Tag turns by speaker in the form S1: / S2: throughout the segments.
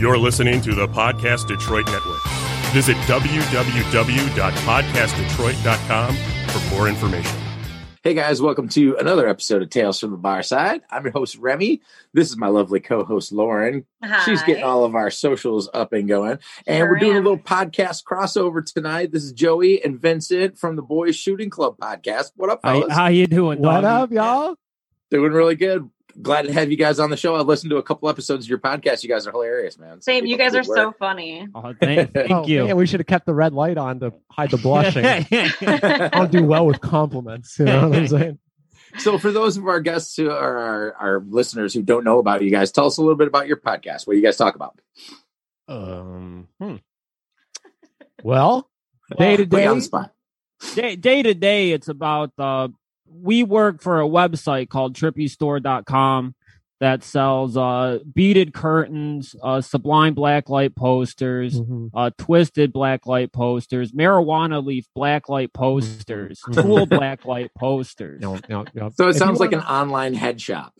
S1: You're listening to the Podcast Detroit Network. Visit www.podcastdetroit.com for more information.
S2: Hey guys, welcome to another episode of Tales from the Bar Side. I'm your host Remy. This is my lovely co-host Lauren.
S3: Hi.
S2: She's getting all of our socials up and going, and
S3: Sure
S2: we're doing a
S3: am.
S2: little podcast crossover tonight. This is Joey and Vincent from the Boys Shooting Club podcast. What up,
S4: Hey,
S2: fellas?
S4: how you doing?
S5: What
S4: doggy?
S5: up, y'all?
S2: Doing really good. Glad to have you guys on the show. I listened to a couple episodes of your podcast. You guys are hilarious, man.
S3: Same. You guys are
S2: Good work.
S3: so funny.
S4: Oh, thank, thank
S5: oh,
S4: you.
S5: Man, we should have kept the red light on to hide the blushing. I don't do well with compliments. You know what I'm saying?
S2: so for those of our guests who are our, our listeners who don't know about you guys tell us a little bit about your podcast what you guys talk about
S4: um,
S5: Well, day to
S2: Put you
S5: day,
S2: on the spot
S4: day, day to day, it's about uh, we work for a website called trippystore.com that sells uh, beaded curtains, uh, sublime blacklight posters,
S5: Mhm.
S4: uh, twisted blacklight posters, marijuana leaf blacklight posters,
S5: Mm-hmm.
S4: tool blacklight posters.
S5: No, no, no.
S2: so it
S5: If you
S2: sounds like an
S5: wanna-
S2: online head shop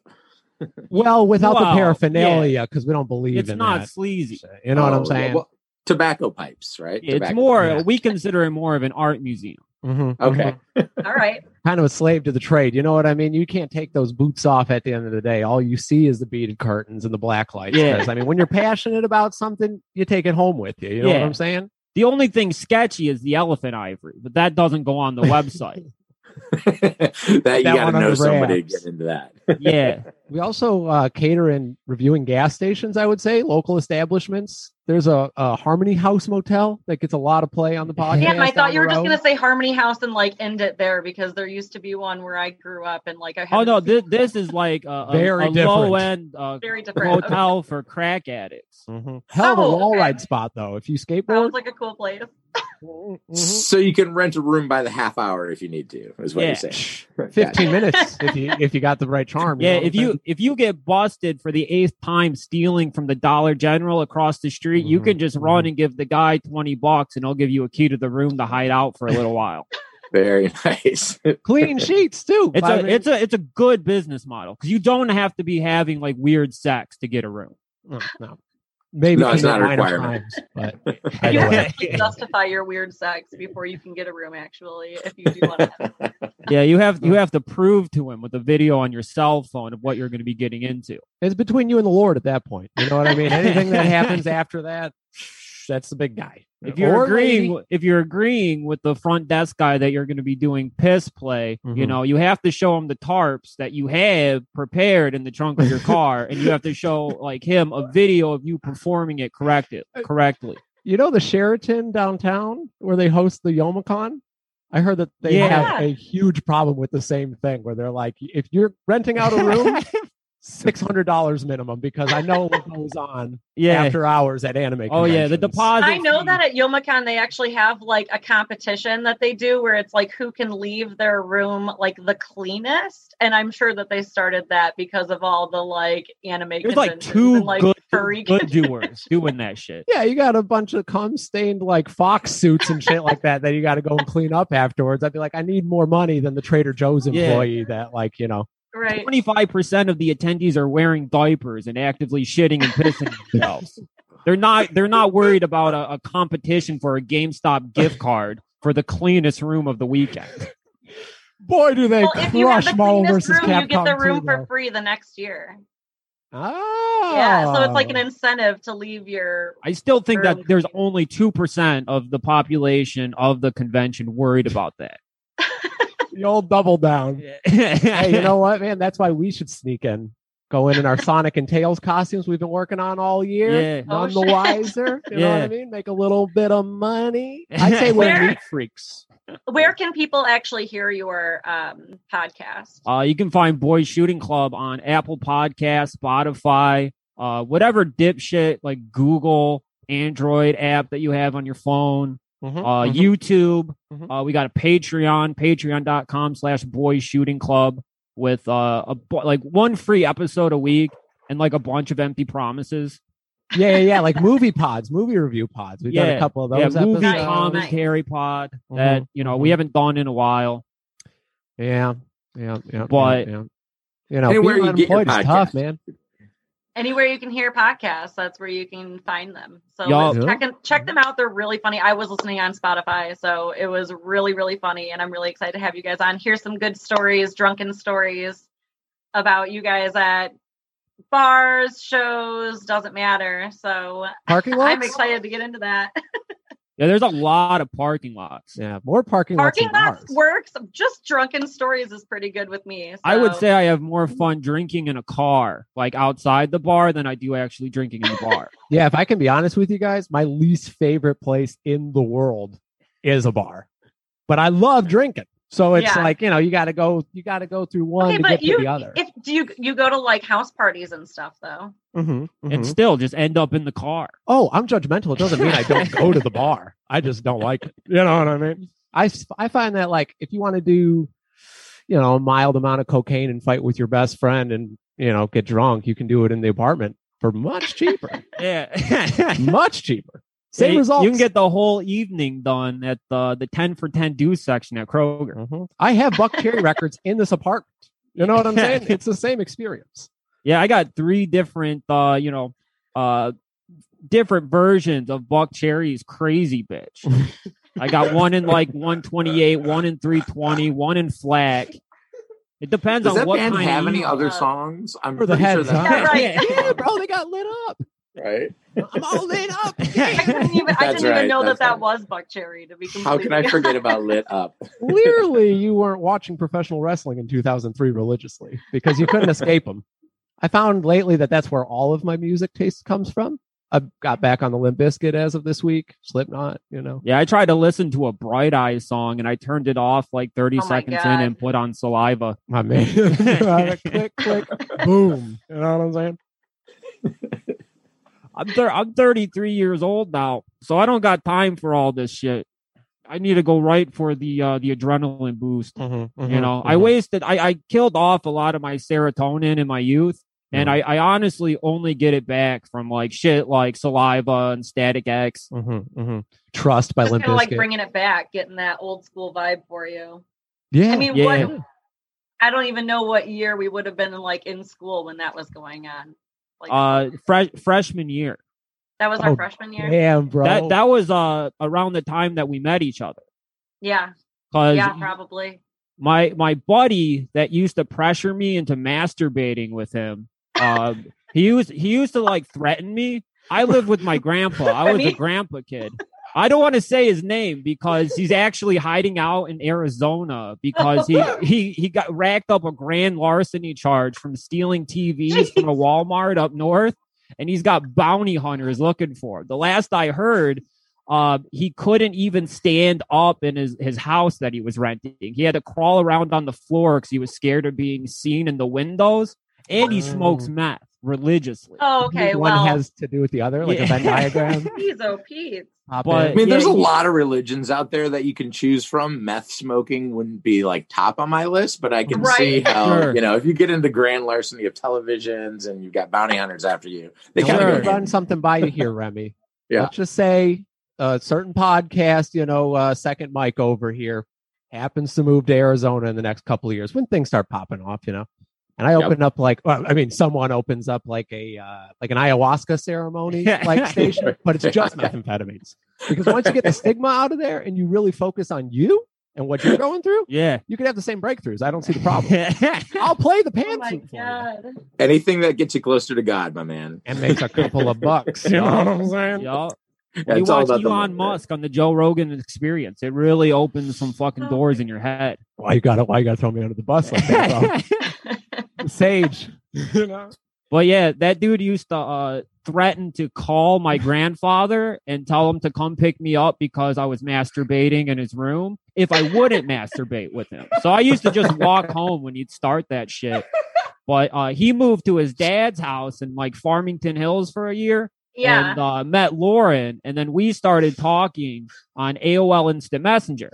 S5: well without
S4: Well,
S5: the paraphernalia because we don't believe
S4: It's
S5: in
S4: not
S5: that.
S4: sleazy.
S5: You know what
S2: Oh,
S5: I'm
S2: yeah,
S5: saying?
S2: well, tobacco pipes right
S4: It's
S2: Tobacco.
S4: more,
S5: yeah.
S4: we consider it more of an art museum.
S5: Mhm,
S2: okay
S5: mhm.
S3: all right.
S5: Kind of a slave to the trade. You know what I mean? You can't take those boots off at the end of the day. All you see is the beaded curtains and the black lights.
S4: Yeah.
S5: 'cause, I mean, when you're passionate about something, you take it home with you. You know what
S4: Yeah.
S5: I'm saying?
S4: The only thing sketchy is the elephant ivory, but that doesn't go on the website.
S2: that you
S5: That
S2: gotta
S5: one on
S2: know
S5: the
S2: somebody to
S5: wraps.
S2: get into that
S4: Mm-hmm. yeah.
S5: We also uh, cater in reviewing gas stations, I would say, local establishments. There's a, a Harmony House Motel that gets a lot of play on the podcast.
S3: Damn, I
S5: down
S3: thought you were
S5: the
S3: just
S5: road.
S3: gonna say Harmony House and like end it there because there used to be one where I grew up and like I.
S4: Oh
S3: haven't
S4: no,
S3: seen
S4: this,
S3: it.
S4: this is like a, a,
S5: Very
S4: a
S5: different.
S4: low end uh,
S3: very different. Okay.
S4: hotel for crack addicts.
S2: Mm-hmm.
S5: Mhm. Hell of a
S3: Oh,
S5: wall
S3: okay.
S5: ride spot, though. If you skateboard,
S3: Sounds like a cool place.
S5: Mhm.
S2: so you can rent a room by the half hour if you need to is what
S4: Yeah.
S2: you're saying
S3: Mm-hmm.
S2: Gotcha.
S5: 15 minutes if you if you got the right charm.
S4: Yeah,
S5: know what
S4: if
S5: I'm
S4: you
S5: saying?
S4: if you get busted for the eighth time stealing from the Dollar General across the street, you
S5: Mhm,
S4: can just run and give the guy twenty bucks, and he'll give you a key to the room to hide out for a little while.
S2: very nice
S5: clean sheets too.
S4: It's
S5: by
S4: a
S5: the-
S4: it's a it's a good business model because you don't have to be having like weird sex to get a room.
S5: no, no. maybe
S2: No, it's
S5: in the
S2: not a
S5: minor
S2: requirement.
S5: times, but
S3: You
S5: either
S3: have to
S5: way.
S3: like, justify your weird sex before you can get a room. Actually, if you do want to.
S4: Yeah, you have you have to prove to him with a video on your cell phone of what you're going to be getting into.
S5: it's between you and the Lord at that point. You know what I mean? Anything that happens after that, that's the big guy.
S4: If you're
S5: Or
S4: agreeing,
S5: lady.
S4: if you're agreeing with the front desk guy that you're going to be doing piss play, you
S5: Mhm.
S4: know you have to show him the tarps that you have prepared in the trunk of your car, and you have to show like him a video of you performing it corrected correctly.
S5: You know the Sheraton downtown where they host the Yomicon? I heard that they
S3: Yeah.
S5: have a huge problem with the same thing where they're like, if you're renting out a room, six hundred dollars minimum because I know what goes on
S4: yeah.
S5: after hours at anime.
S4: oh yeah, the
S5: conventions.
S4: deposit.
S3: I know
S4: fee.
S3: that at Yomacon they actually have like a competition that they do where it's like who can leave their room like the cleanest, and I'm sure that they started that because of all the like anime.
S4: There's like
S3: conventions
S4: two
S3: and, like,
S4: good,
S3: furry
S4: good doers doing that shit.
S5: Yeah, you got a bunch of cum stained like fox suits and shit like that that you got to go and clean up afterwards. I'd be like, I need more money than the Trader Joe's
S4: Yeah.
S5: employee that like you know.
S3: right?
S4: Twenty-five percent of the attendees are wearing diapers and actively shitting and pissing themselves. They're not. They're not worried about a, a competition for a GameStop gift card for the cleanest room of the weekend.
S5: Boy, do they
S3: Well, if you have
S5: crush
S3: the
S5: Marvel
S3: cleanest
S5: versus
S3: room,
S5: Capcom
S3: you get the
S5: 2,
S3: room for
S5: though.
S3: free the next year.
S5: Oh,
S3: Yeah, so it's like an incentive to leave your.
S4: I still think that
S3: Early
S4: there's
S3: clean.
S4: only two percent of the population of the convention worried about that.
S5: the old double down. hey, you know what, man? That's why we should sneak in. Go in in our Sonic and Tails costumes we've been working on all year.
S4: Yeah.
S5: None
S3: Oh,
S5: the
S3: shit.
S5: wiser. You know what
S4: Yeah.
S5: I mean? Make a little bit of money. I'd say we're
S3: Where-
S5: meat freaks.
S3: Where can people actually hear your um, podcast?
S4: Uh, you can find Boys Shooting Club on Apple Podcasts, Spotify, uh, whatever dipshit like Google, Android app that you have on your phone,
S5: Mm-hmm,
S4: uh, YouTube.
S5: Mhm.
S4: Uh, we got a Patreon, patreon.com slash Boys Shooting Club with uh, a bu- like one free episode a week and like a bunch of empty promises.
S5: yeah, yeah, yeah. Like movie pods, movie review pods. We've done
S4: Yeah.
S5: a couple of
S4: yeah,
S5: those
S4: movie
S5: episodes. Mm-hmm,
S4: commentary pod that, you know, we haven't done in a while.
S5: Yeah, yeah, yeah.
S4: But-
S5: yeah, yeah. you know,
S2: Anywhere
S5: being
S2: you get your
S5: unemployed is tough,
S2: podcast.
S5: man.
S3: anywhere you can hear podcasts, that's where you can find them. So
S4: Y'all-
S3: let's check, and, check them out. They're really funny. I was listening on Spotify, so it was really, really funny. And I'm really excited to have you guys on. Here's some good stories, drunken stories about you guys at bars, shows, doesn't matter. So
S5: Parking lots.
S3: I'm excited to get into that.
S4: Yeah, there's a lot of parking lots.
S5: Yeah, more parking,
S3: Parking
S5: lots.
S3: lots
S5: than bars.
S3: works. Just drunken stories is pretty good with me.
S4: I would
S3: so-
S4: say I have more fun drinking in a car, like outside the bar, than I do actually drinking in the bar.
S5: Yeah, if I can be honest with you guys, my least favorite place in the world is a bar. But I love drinking. So it's
S3: Mm. Yeah.
S5: like, you know, you gotta go you gotta go through one
S3: Okay,
S5: to
S3: but
S5: get
S3: you-
S5: to the other.
S3: If do you you go to like house parties and stuff though?
S4: Mm-hmm,
S5: Mhm,
S4: and
S5: mhm.
S4: still just end up in the car.
S5: Oh, I'm judgmental. It doesn't mean I don't go to the bar. I just don't like it. You know what I mean? I, s- I find that like if you want to do, you know, a mild amount of cocaine and fight with your best friend and, you know, get drunk, you can do it in the apartment for much cheaper.
S4: Yeah.
S5: much cheaper. Same
S4: You-
S5: results.
S4: You can get the whole evening done at the the ten for ten do section at Kroger.
S5: Mhm. I have Buck Cherry records in this apartment. You know what I'm saying? It's the same experience.
S4: Yeah, I got three different uh, you know, uh different versions of Buck Cherry's crazy bitch. I got one in like 128, one in 320, one in flat. It depends
S2: Does
S4: on
S2: that
S4: what
S2: band
S4: kind
S2: have
S4: of e-
S2: any
S4: emo-
S2: other
S3: Uh,
S2: songs? I'm
S5: For the
S2: pretty sure
S5: heads,
S2: that's
S3: Yeah, right.
S5: Yeah, bro, they got lit up.
S2: right.
S5: I'm all lit up.
S3: I didn't even, I
S2: That's
S3: didn't even
S2: right,
S3: know
S2: that's
S3: that
S2: right.
S3: that was Buck Cherry to be completely
S2: How can I forget about Lit Up?
S5: Clearly, you weren't watching professional wrestling in 2003 religiously because you couldn't escape them. I found lately that that's where all of my music taste comes from. I got back on the Limp Bizkit as of this week, Slipknot, you know.
S4: Yeah, I tried to listen to a Bright Eyes song and I turned it off like 30
S3: Oh my
S4: seconds in
S3: God.
S4: and put on Saliva.
S5: My man. click, click, boom. You know what I'm saying?
S4: I'm thir- I'm 33 years old now, so I don't got time for all this shit. I need to go right for the uh, the adrenaline boost.
S5: Mm-hmm,
S4: You know, I wasted, I, I killed off a lot of my serotonin in my youth, and I, I honestly only get it back from like shit like saliva and Static X.
S5: Mm-hmm, mm-hmm. Trust by
S3: Just
S5: Limp
S3: kind of like
S5: Bizkit.
S3: bringing it back, getting that old school vibe for you.
S5: yeah,
S3: I mean,
S4: yeah.
S3: what? I don't even know what year we would have been like in school when that was going on. Like
S4: Uh, fresh freshman year.
S3: that was our
S5: oh,
S3: freshman year. Yeah,
S5: damn, bro.
S4: That that was uh around the time that we met each other.
S3: yeah,
S4: Cause
S3: probably.
S4: my my buddy that used to pressure me into masturbating with him. Um, he used he used to like threaten me. I lived with my grandpa. I was a
S3: Really?
S4: grandpa kid. I don't want to say his name because he's actually hiding out in Arizona because he he he got racked up a grand larceny charge from stealing TVs from a Walmart up north, and he's got bounty hunters looking for him. The last I heard, uh, he couldn't even stand up in his, his house that he was renting. He had to crawl around on the floor because he was scared of being seen in the windows. And he
S5: Oh.
S4: smokes meth religiously.
S3: Oh,
S5: You
S3: okay.
S5: think
S3: Well,
S5: one has to do with the other, like
S4: Yeah.
S5: a Venn diagram.
S3: Jeez, oh, Pete.
S5: Pop
S4: But-
S2: I mean,
S4: Yeah,
S2: there's a
S4: you-
S2: lot of religions out there that you can choose from. Meth smoking wouldn't be like top on my list, but I can
S3: Right.
S2: see how
S4: Sure.
S2: you know if you get into grand larceny of televisions and you've got bounty hunters after you, they
S5: in.
S2: kind
S5: Now,
S4: Sure.
S5: Let
S2: of
S5: me
S2: go
S5: run
S2: hand-
S5: something by you here, Remy.
S2: Yeah.
S5: Let's just say a certain podcast, you know, uh, second mic over here, happens to move to Arizona in the next couple of years when things start popping off, you know. And I
S2: Yep.
S5: open up like, well, I mean, someone opens up like a uh, like an ayahuasca ceremony like station, but it's just methamphetamines. Because once you get the stigma out of there and you really focus on you and what you're going through,
S4: Yeah.
S5: you could have the same breakthrough. I don't see the problem. I'll play the
S3: Oh my
S5: pantsuit for you
S3: god.
S2: anything that gets you closer to God, my man.
S5: and makes a couple of bucks. You know what I'm saying?
S4: Y'all,
S2: Yeah,
S4: you
S2: it's all
S4: watch
S2: about the
S4: Elon
S2: money,
S4: Musk on the Joe Rogan experience. It really opens some
S5: Oh.
S4: fucking doors in your head.
S5: Why you got to Why you got to throw me under the bus like that?
S4: but
S5: Bro? Sage, you know?
S4: yeah, that dude used to uh, threaten to call my grandfather and tell him to come pick me up because I was masturbating in his room if I wouldn't masturbate with him. So I used to just walk home when he'd start that shit. But uh, he moved to his dad's house in like Farmington Hills for a year
S3: Yeah.
S4: and uh, met Lauren. And then we started talking on AOL Instant Messenger.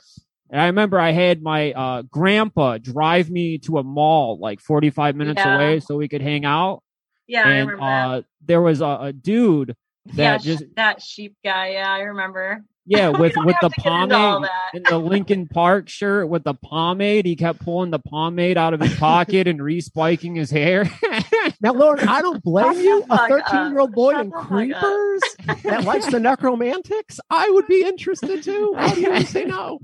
S4: And I remember I had my uh, grandpa drive me to a mall like 45 minutes
S3: Yeah.
S4: away so we could hang out.
S3: yeah, I
S4: and
S3: remember that.
S4: uh, there was a, a dude
S3: yeah,
S4: that
S3: sh-
S4: just
S3: that sheep guy. Yeah, I remember. Oh,
S4: Yeah,
S3: We
S4: with
S3: don't
S4: with
S3: have
S4: the
S3: to get into all
S4: pomade
S3: that.
S4: and the Lincoln Park shirt with the pomade. He kept pulling the pomade out of his pocket and respiking his hair.
S5: Now, Lauren, I don't blame
S3: Shut
S5: you.
S3: the
S5: A
S3: fuck up.
S5: 13 year old boy
S3: Shut
S5: in
S3: the fuck up.
S5: creepers that likes the necromantics, I would be interested too. How do you say no?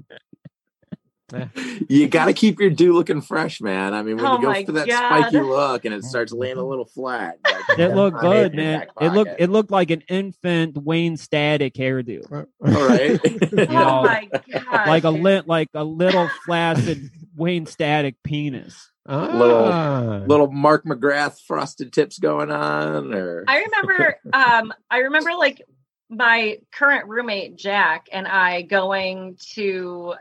S2: You got to keep your do looking fresh, man. I mean, when
S3: Oh
S2: you go
S3: my
S2: for that
S3: God.
S2: spiky look and it starts laying a little flat, like,
S4: it looked
S2: I made
S4: good,
S2: your
S4: man.
S2: back
S4: It looked
S2: pocket.
S4: it looked like an infant Wayne Static hairdo,
S2: all right.
S3: Oh
S4: know,
S3: my god!
S4: like a lit like a little flaccid Wayne Static penis.
S5: Ah.
S2: little Mark McGrath frosted tips going on, or
S3: I remember um I remember like my current roommate Jack and I going to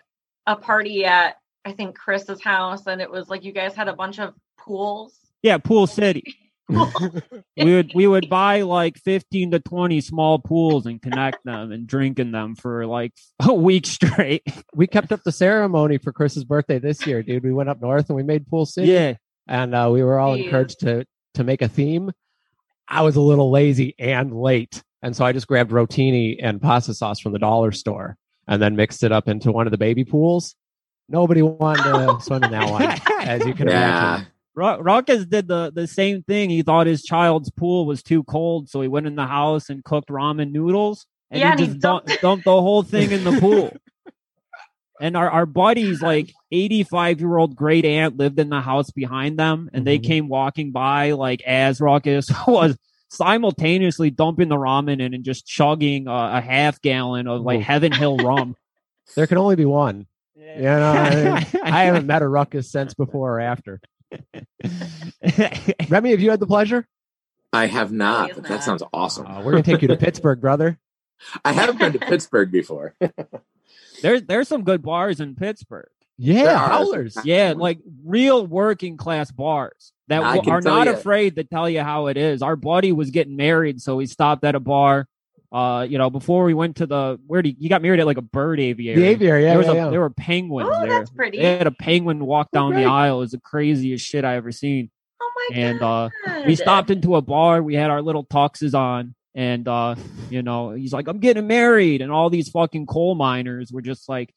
S3: a party at I think Chris's house and it was like you guys had a bunch of pools.
S4: Yeah, Pool City. we would we would buy like fifteen to twenty small pools and connect them and drink in them for like a week straight.
S5: we kept up the ceremony for Chris's birthday this year, dude. We went up north and we made Pool City.
S4: Yeah,
S5: and uh, we were all
S3: Jeez.
S5: encouraged to to make a theme. I was a little lazy and late, and so I just grabbed rotini and pasta sauce from the dollar store, and then mixed it up into one of the baby pools. Nobody wanted to swim in that one, as you can
S2: yeah,
S4: Ro- Ruckus did the, the same thing. He thought his child's pool was too cold, so he went in the house and cooked ramen noodles. And
S3: Yeah,
S4: he
S3: and he
S4: just dumped, dumped the whole thing in the pool. and our, our buddy's like 85 year old great aunt lived in the house behind them, and they
S5: Mhm.
S4: came walking by like as Ruckus was simultaneously dumping the ramen in and just chugging uh, a half gallon of like
S5: Ooh.
S4: Heaven Hill rum.
S5: imagine. There can only be one. You know, I, I haven't met a ruckus since before or after. Remy, have you had the pleasure?
S2: I have not,
S3: He is
S2: but that
S3: not.
S2: sounds awesome.
S5: Uh, we're gonna take you to Pittsburgh, brother.
S2: I haven't been to Pittsburgh before.
S4: there's there's some good bars in Pittsburgh.
S5: Yeah,
S2: There are.
S5: howlers.
S4: Yeah, like real working class bars that
S2: I
S4: w-
S2: can
S4: are
S2: tell
S4: not
S2: ya.
S4: afraid to tell you how it is. Our buddy was getting married, so he stopped at a bar. Uh, you know, before we went to the where did he, he got married at like a bird aviary.
S5: The aviary. Yeah,
S4: there was
S5: yeah,
S4: a,
S5: yeah.
S4: there were penguins
S3: oh,
S4: there.
S3: that's pretty.
S4: They had a penguin walk down
S5: great.
S4: the aisle. It was the craziest shit I ever seen.
S3: oh my
S4: And
S3: god.
S4: uh, we stopped into a bar. We had our little tuxes on, and uh, you know, he's like, "I'm getting married," and all these fucking coal miners were just like,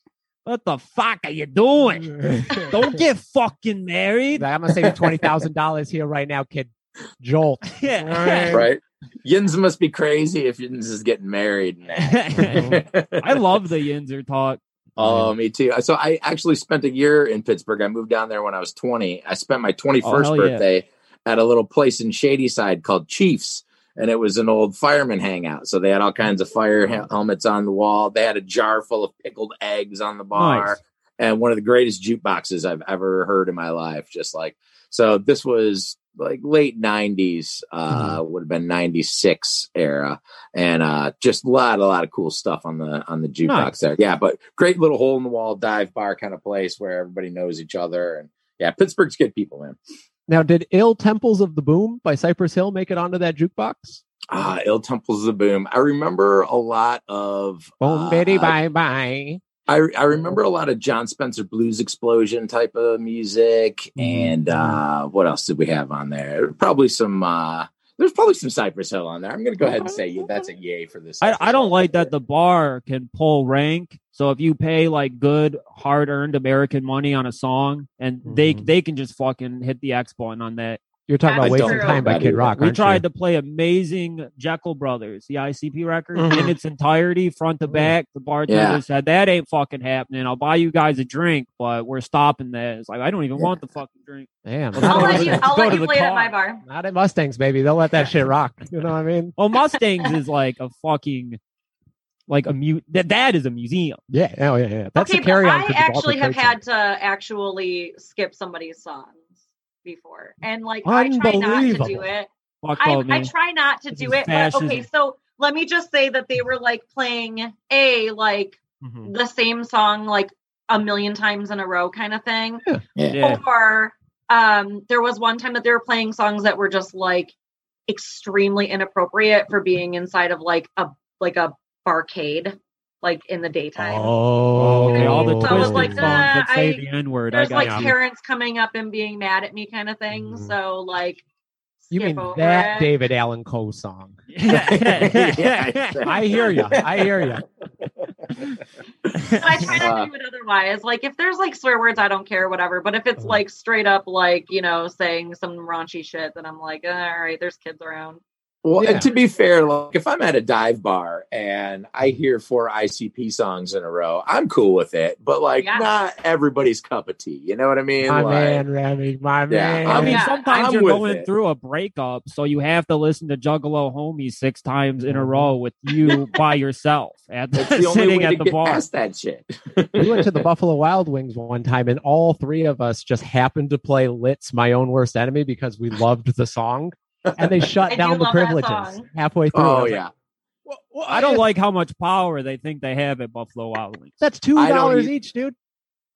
S4: "What the fuck are you doing?" Don't get fucking married.
S5: He's like, I'm gonna save you twenty thousand dollars here right now, kid. Jolt.
S4: Yeah.
S2: right? Yins must be crazy if Yins is getting married.
S4: I love the Yinzer talk. Um,
S2: Oh, me too. So I actually spent a year in Pittsburgh. I moved down there when I was 20. I spent my 21st
S4: Oh, hell yeah.
S2: birthday at a little place in Shadyside called Chiefs, and it was an old fireman hangout. So they had all kinds of fire hel- helmets on the wall. They had a jar full of pickled eggs on the bar,
S4: Nice.
S2: and one of the greatest jukeboxes I've ever heard in my life. Just like so, this was like late 90s uh would have been 96 era and uh just a lot a lot of cool stuff on the on the jukebox
S4: Nice.
S2: there yeah but great little hole in the wall dive bar kind of place where everybody knows each other and yeah pittsburgh's good people man
S5: Now, did "Ill Temples of the Boom" by Cypress Hill make it onto that jukebox?
S2: uh ill temples of boom i remember a lot of
S5: Boom,
S2: uh,
S5: bitty, bye, bye.
S2: I, I remember a lot of John Spencer blues explosion type of music,
S4: Mm-hmm.
S2: and uh, what else did we have on there? Probably some. Uh, there's probably some Cypress Hill on there. I'm going to go ahead and say that's a yay for this.
S4: I,
S2: Cypress
S4: I
S2: Hill.
S4: don't like that the bar can pull rank. So if you pay like good, hard earned American money on a song, and they
S5: Mhm.
S4: they can just fucking hit the X button on that.
S5: You're talking
S3: That's
S5: about wasting
S3: true.
S5: time by Kid Rock.
S4: We
S5: aren't
S4: tried
S5: you?
S4: to play amazing Jekyll Brothers, the ICP record
S5: Mhm.
S4: in its entirety, front to
S5: Mhm.
S4: back. The bartender
S2: Yeah.
S4: said that ain't fucking happening. I'll buy you guys a drink, but we're stopping that. It's like I don't even
S2: Yeah.
S4: want the fucking drink.
S5: Damn,
S4: Well,
S5: not
S3: I'll
S5: at
S4: Go
S3: let you.
S4: to the-
S5: Mustangs-
S3: I'll
S4: go
S3: let
S4: to
S3: you
S4: the
S3: play it
S4: car.
S3: at my bar.
S5: not at Mustangs, baby. They'll let that shit rock. You know what I mean?
S4: Well, Oh, Mustangs is like a fucking like a mute. That that is a museum.
S5: Yeah. Oh, yeah, yeah. That's
S3: okay,
S5: a carry
S3: but
S5: on.
S3: I actually have had to actually skip somebody's songs before, and like I try not to do
S5: Unbelievable.
S3: it.
S4: Fuck
S3: I,
S4: though,
S3: I
S4: Oh, man.
S3: try not to
S4: This
S3: do
S4: is
S3: it. But,
S4: fascism.
S3: okay, so let me just say that they were like playing a like
S4: Mhm.
S3: the same song like a million times in a row kind of thing.
S4: Yeah.
S3: Or um there was one time that they were playing songs that were just like extremely inappropriate for being inside of like a like a barcade like in the daytime.
S5: Oh,
S4: okay, all the
S3: So I was
S4: twisted
S3: like,
S4: songs
S3: nah,
S4: that say
S3: I-
S4: the N word. I
S3: There's
S4: got Mm-hmm.
S3: like
S4: you.
S3: parents coming up and being mad at me kind of thing.
S5: Mhm.
S3: So like
S5: You
S3: skip
S5: mean
S3: over
S5: that
S3: it.
S5: David Allen Coe song?
S2: Yeah,
S5: I hear you. I hear you.
S3: But I try not to do it otherwise. Like if there's like swear words, I don't care, whatever. But if
S5: Uh-huh.
S3: it's like straight up, like you know, saying some raunchy shit, then I'm like, all right, there's kids around.
S2: Well,
S5: Yeah.
S2: and to be fair, like if I'm at a dive bar and I
S4: Mm-hmm.
S2: hear four ICP songs in a row, I'm cool with it. But like,
S3: Yeah.
S2: not everybody's cup of tea. You know what I mean?
S5: my
S2: Like,
S5: man, Remy, my man.
S4: I mean,
S3: Yeah,
S4: sometimes
S2: I'm
S4: you're
S2: with
S4: going
S2: it.
S4: through a breakup, so you have to listen to Juggalo Homie six times in a row with you by yourself at
S2: It's Mm-hmm. the only
S4: sitting
S2: way
S4: at
S2: to
S4: the
S2: get
S4: bar.
S2: past that shit.
S5: we went to the Buffalo Wild Wings one time, and all three of us just happened to play "Lit's My Own Worst Enemy" because we loved the song, and they shut
S3: I do
S5: down the
S3: love that
S5: privileges
S3: song.
S5: halfway through. I
S2: oh
S5: was like,
S2: yeah,
S5: "Well, well,
S4: I don't like how much power they think they have at Buffalo Wild Wings.
S5: That's two
S2: I don't e-"
S5: dollars
S2: eat-
S5: each, dude.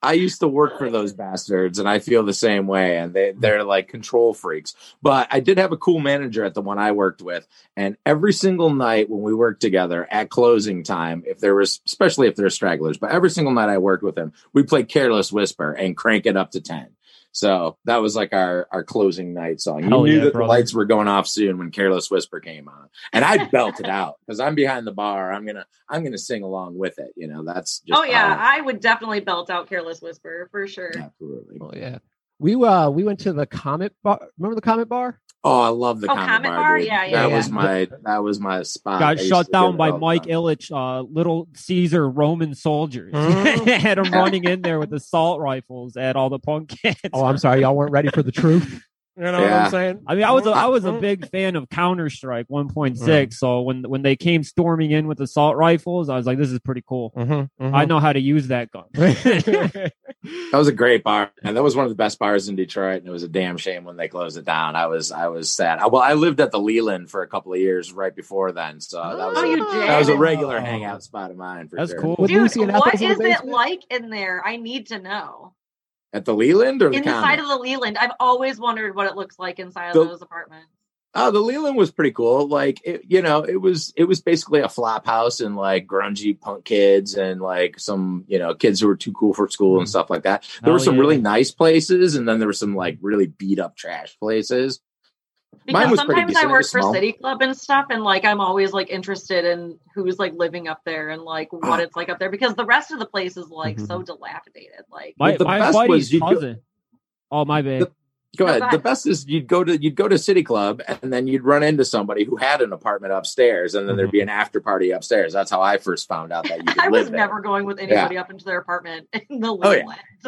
S2: I used to work for those bastards, and I feel the same way. And they they're like control freaks. But I did have a cool manager at the one I worked with, and every single night when we worked together at closing time, if there was, especially if there were stragglers, but every single night I worked with him, we played "Careless Whisper" and crank it up to ten. So that was like our our closing night song. You
S4: Hell
S2: knew
S4: yeah,
S2: that
S4: brother.
S2: the lights were going off soon when "Careless Whisper" came on, and I belted out because I'm behind the bar. I'm gonna I'm gonna sing along with it. You know, that's just
S3: oh yeah,
S5: um
S2: how-
S3: I would definitely belt out "Careless Whisper" for sure.
S2: absolutely.
S5: Oh yeah. We uh we went to the Comet Bar. Remember the Comet Bar?
S2: Oh, I love the
S3: Oh,
S2: comic,
S3: Comet
S2: bar.
S3: Bar?
S2: dude.
S3: Yeah, yeah,
S2: that
S5: yeah.
S2: was my that was my spot. I
S4: Got
S2: used to
S4: shut
S2: do
S4: down
S2: it
S4: by
S2: all the
S4: Mike
S2: time.
S4: Illich, uh, Little Caesar Roman soldiers.
S2: Hmm.
S5: Mhm.
S4: Had them running in there with assault rifles at all the punk kids.
S5: Oh, I'm sorry, y'all weren't ready for the truth. You know what
S2: Yeah.
S5: I'm saying?
S4: I mean, I was a, I was
S2: Hmm.
S4: a big fan of Counter Strike 1.6. So when when they came storming in with assault rifles, I was like, "This is pretty cool.
S5: Mhm, mhm.
S2: Hmm.
S4: I know how to use that gun."
S2: Oh, That was a great bar, and that was one of the best bars in Detroit. And it was a damn shame when they closed it down. I was I was sad. I, well, I lived at the Leland for a couple of years right before then, so that was
S3: Oh,
S2: a,
S3: you
S2: that was a
S3: did?
S5: Oh.
S2: regular hangout spot of mine. For
S4: Oh. That's
S2: sure.
S4: cool.
S5: With
S3: Dude,
S5: Lucy and
S3: what
S5: apples in the
S3: is it
S5: basement?
S3: like in there? I need to know.
S2: At the Leland or the
S3: Inside
S2: Comet?
S3: of the Leland, I've always wondered what it looks like inside
S2: The-
S3: of those apartments.
S2: Oh, the Leland was pretty cool. Like, it, you know, it was it was basically a flop house and like grungy punk kids and like some you know kids who were too cool for school and stuff like that. There were
S4: Hmm. Hell
S2: some
S4: yeah.
S2: really nice places, and then there were some like really beat up trash places. Mine
S3: Because
S2: was pretty
S3: sometimes
S2: decent.
S3: I
S2: It
S3: work
S2: was
S3: for
S2: small.
S3: City Club and stuff, and like I'm always like interested in who's like living up there and like
S2: Ah.
S3: what it's like up there because the rest of the place is like
S2: Mm-hmm.
S3: so dilapidated. Like
S4: My
S2: Well, the
S4: my
S2: best
S4: buddy's
S2: was you go-
S4: cousin. oh my bad.
S2: The- Go
S3: No,
S2: ahead.
S3: go
S2: The
S3: ahead.
S2: best is you'd go to you'd go to City Club, and then you'd run into somebody who had an apartment upstairs, and then there'd
S4: Mm-hmm.
S2: be an after party upstairs. That's how I first found out that you could
S3: I
S2: live
S3: was
S2: there. Oh,
S3: never going with anybody up into their apartment in the
S2: yeah.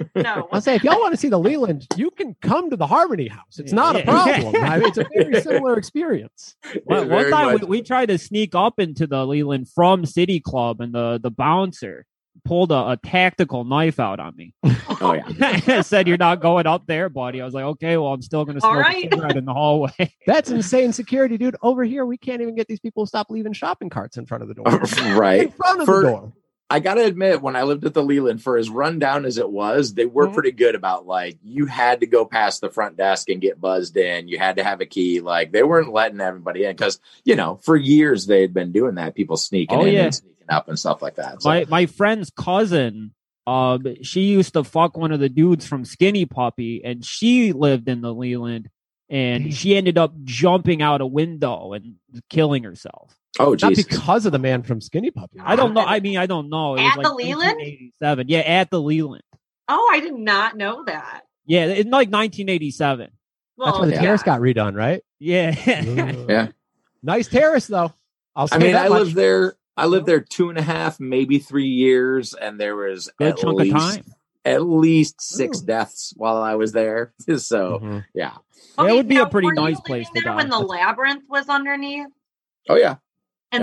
S3: Leland. No,
S5: I'll say if y'all want to see the Leland, you can come to the Harmony House. It's not a
S4: Yeah.
S5: problem. I mean, it's a very similar experience.
S2: It
S4: Well,
S2: was
S4: one
S2: very
S4: time
S2: much-
S4: we, we tried to sneak up into the Leland from City Club, and the, the bouncer pulled a, a tactical knife out on me.
S2: oh yeah,
S4: Said, "You're not going up there, buddy." I was like, "Okay, well, I'm still going to
S3: All
S4: smoke a
S3: right.
S4: cigarette in the hallway."
S5: That's insane security, dude. Over here, we can't even get these people to stop leaving shopping carts in front of the door. In
S2: right.
S5: front of
S2: For-
S5: the door.
S2: I gotta admit, when I lived at the Leland, for as rundown as it was, they were
S5: Mhm.
S2: pretty good about like you had to go past the front desk and get buzzed in. You had to have a key. Like they weren't letting everybody in because you know for years they had been doing that. People sneaking
S4: Oh,
S2: in
S4: yeah.
S2: and sneaking up and stuff like that. So,
S4: my my friend's cousin, um, she used to fuck one of the dudes from Skinny Puppy, and she lived in the Leland, and she ended up jumping out a window and killing herself.
S2: oh
S5: Not
S2: Jesus.
S5: because of the man from Skinny Puppy.
S4: I don't know. I mean, I don't know. It was
S3: At
S4: like
S3: the Leland?
S4: 1987. Yeah, at the Leland.
S3: oh, I did not know that.
S4: Yeah, in like 1987.
S3: Well,
S5: That's where the
S3: yeah.
S5: terrace got redone, right?
S4: Yeah.
S2: Yeah.
S5: Nice terrace, though. I'll say
S2: I mean,
S5: that
S2: I
S5: much.
S2: lived there. I lived there two and a half, maybe three years, and there was
S4: Good
S2: at
S4: chunk
S2: least,
S4: of time.
S2: at least six
S5: Ooh.
S2: deaths while I was there. So
S5: Mhm.
S2: yeah,
S4: Yeah, it
S3: Okay,
S4: would be a
S3: now,
S4: pretty
S3: were you
S4: nice
S3: living
S4: place to
S3: there
S4: die.
S3: When the labyrinth was underneath,
S2: oh yeah,
S3: and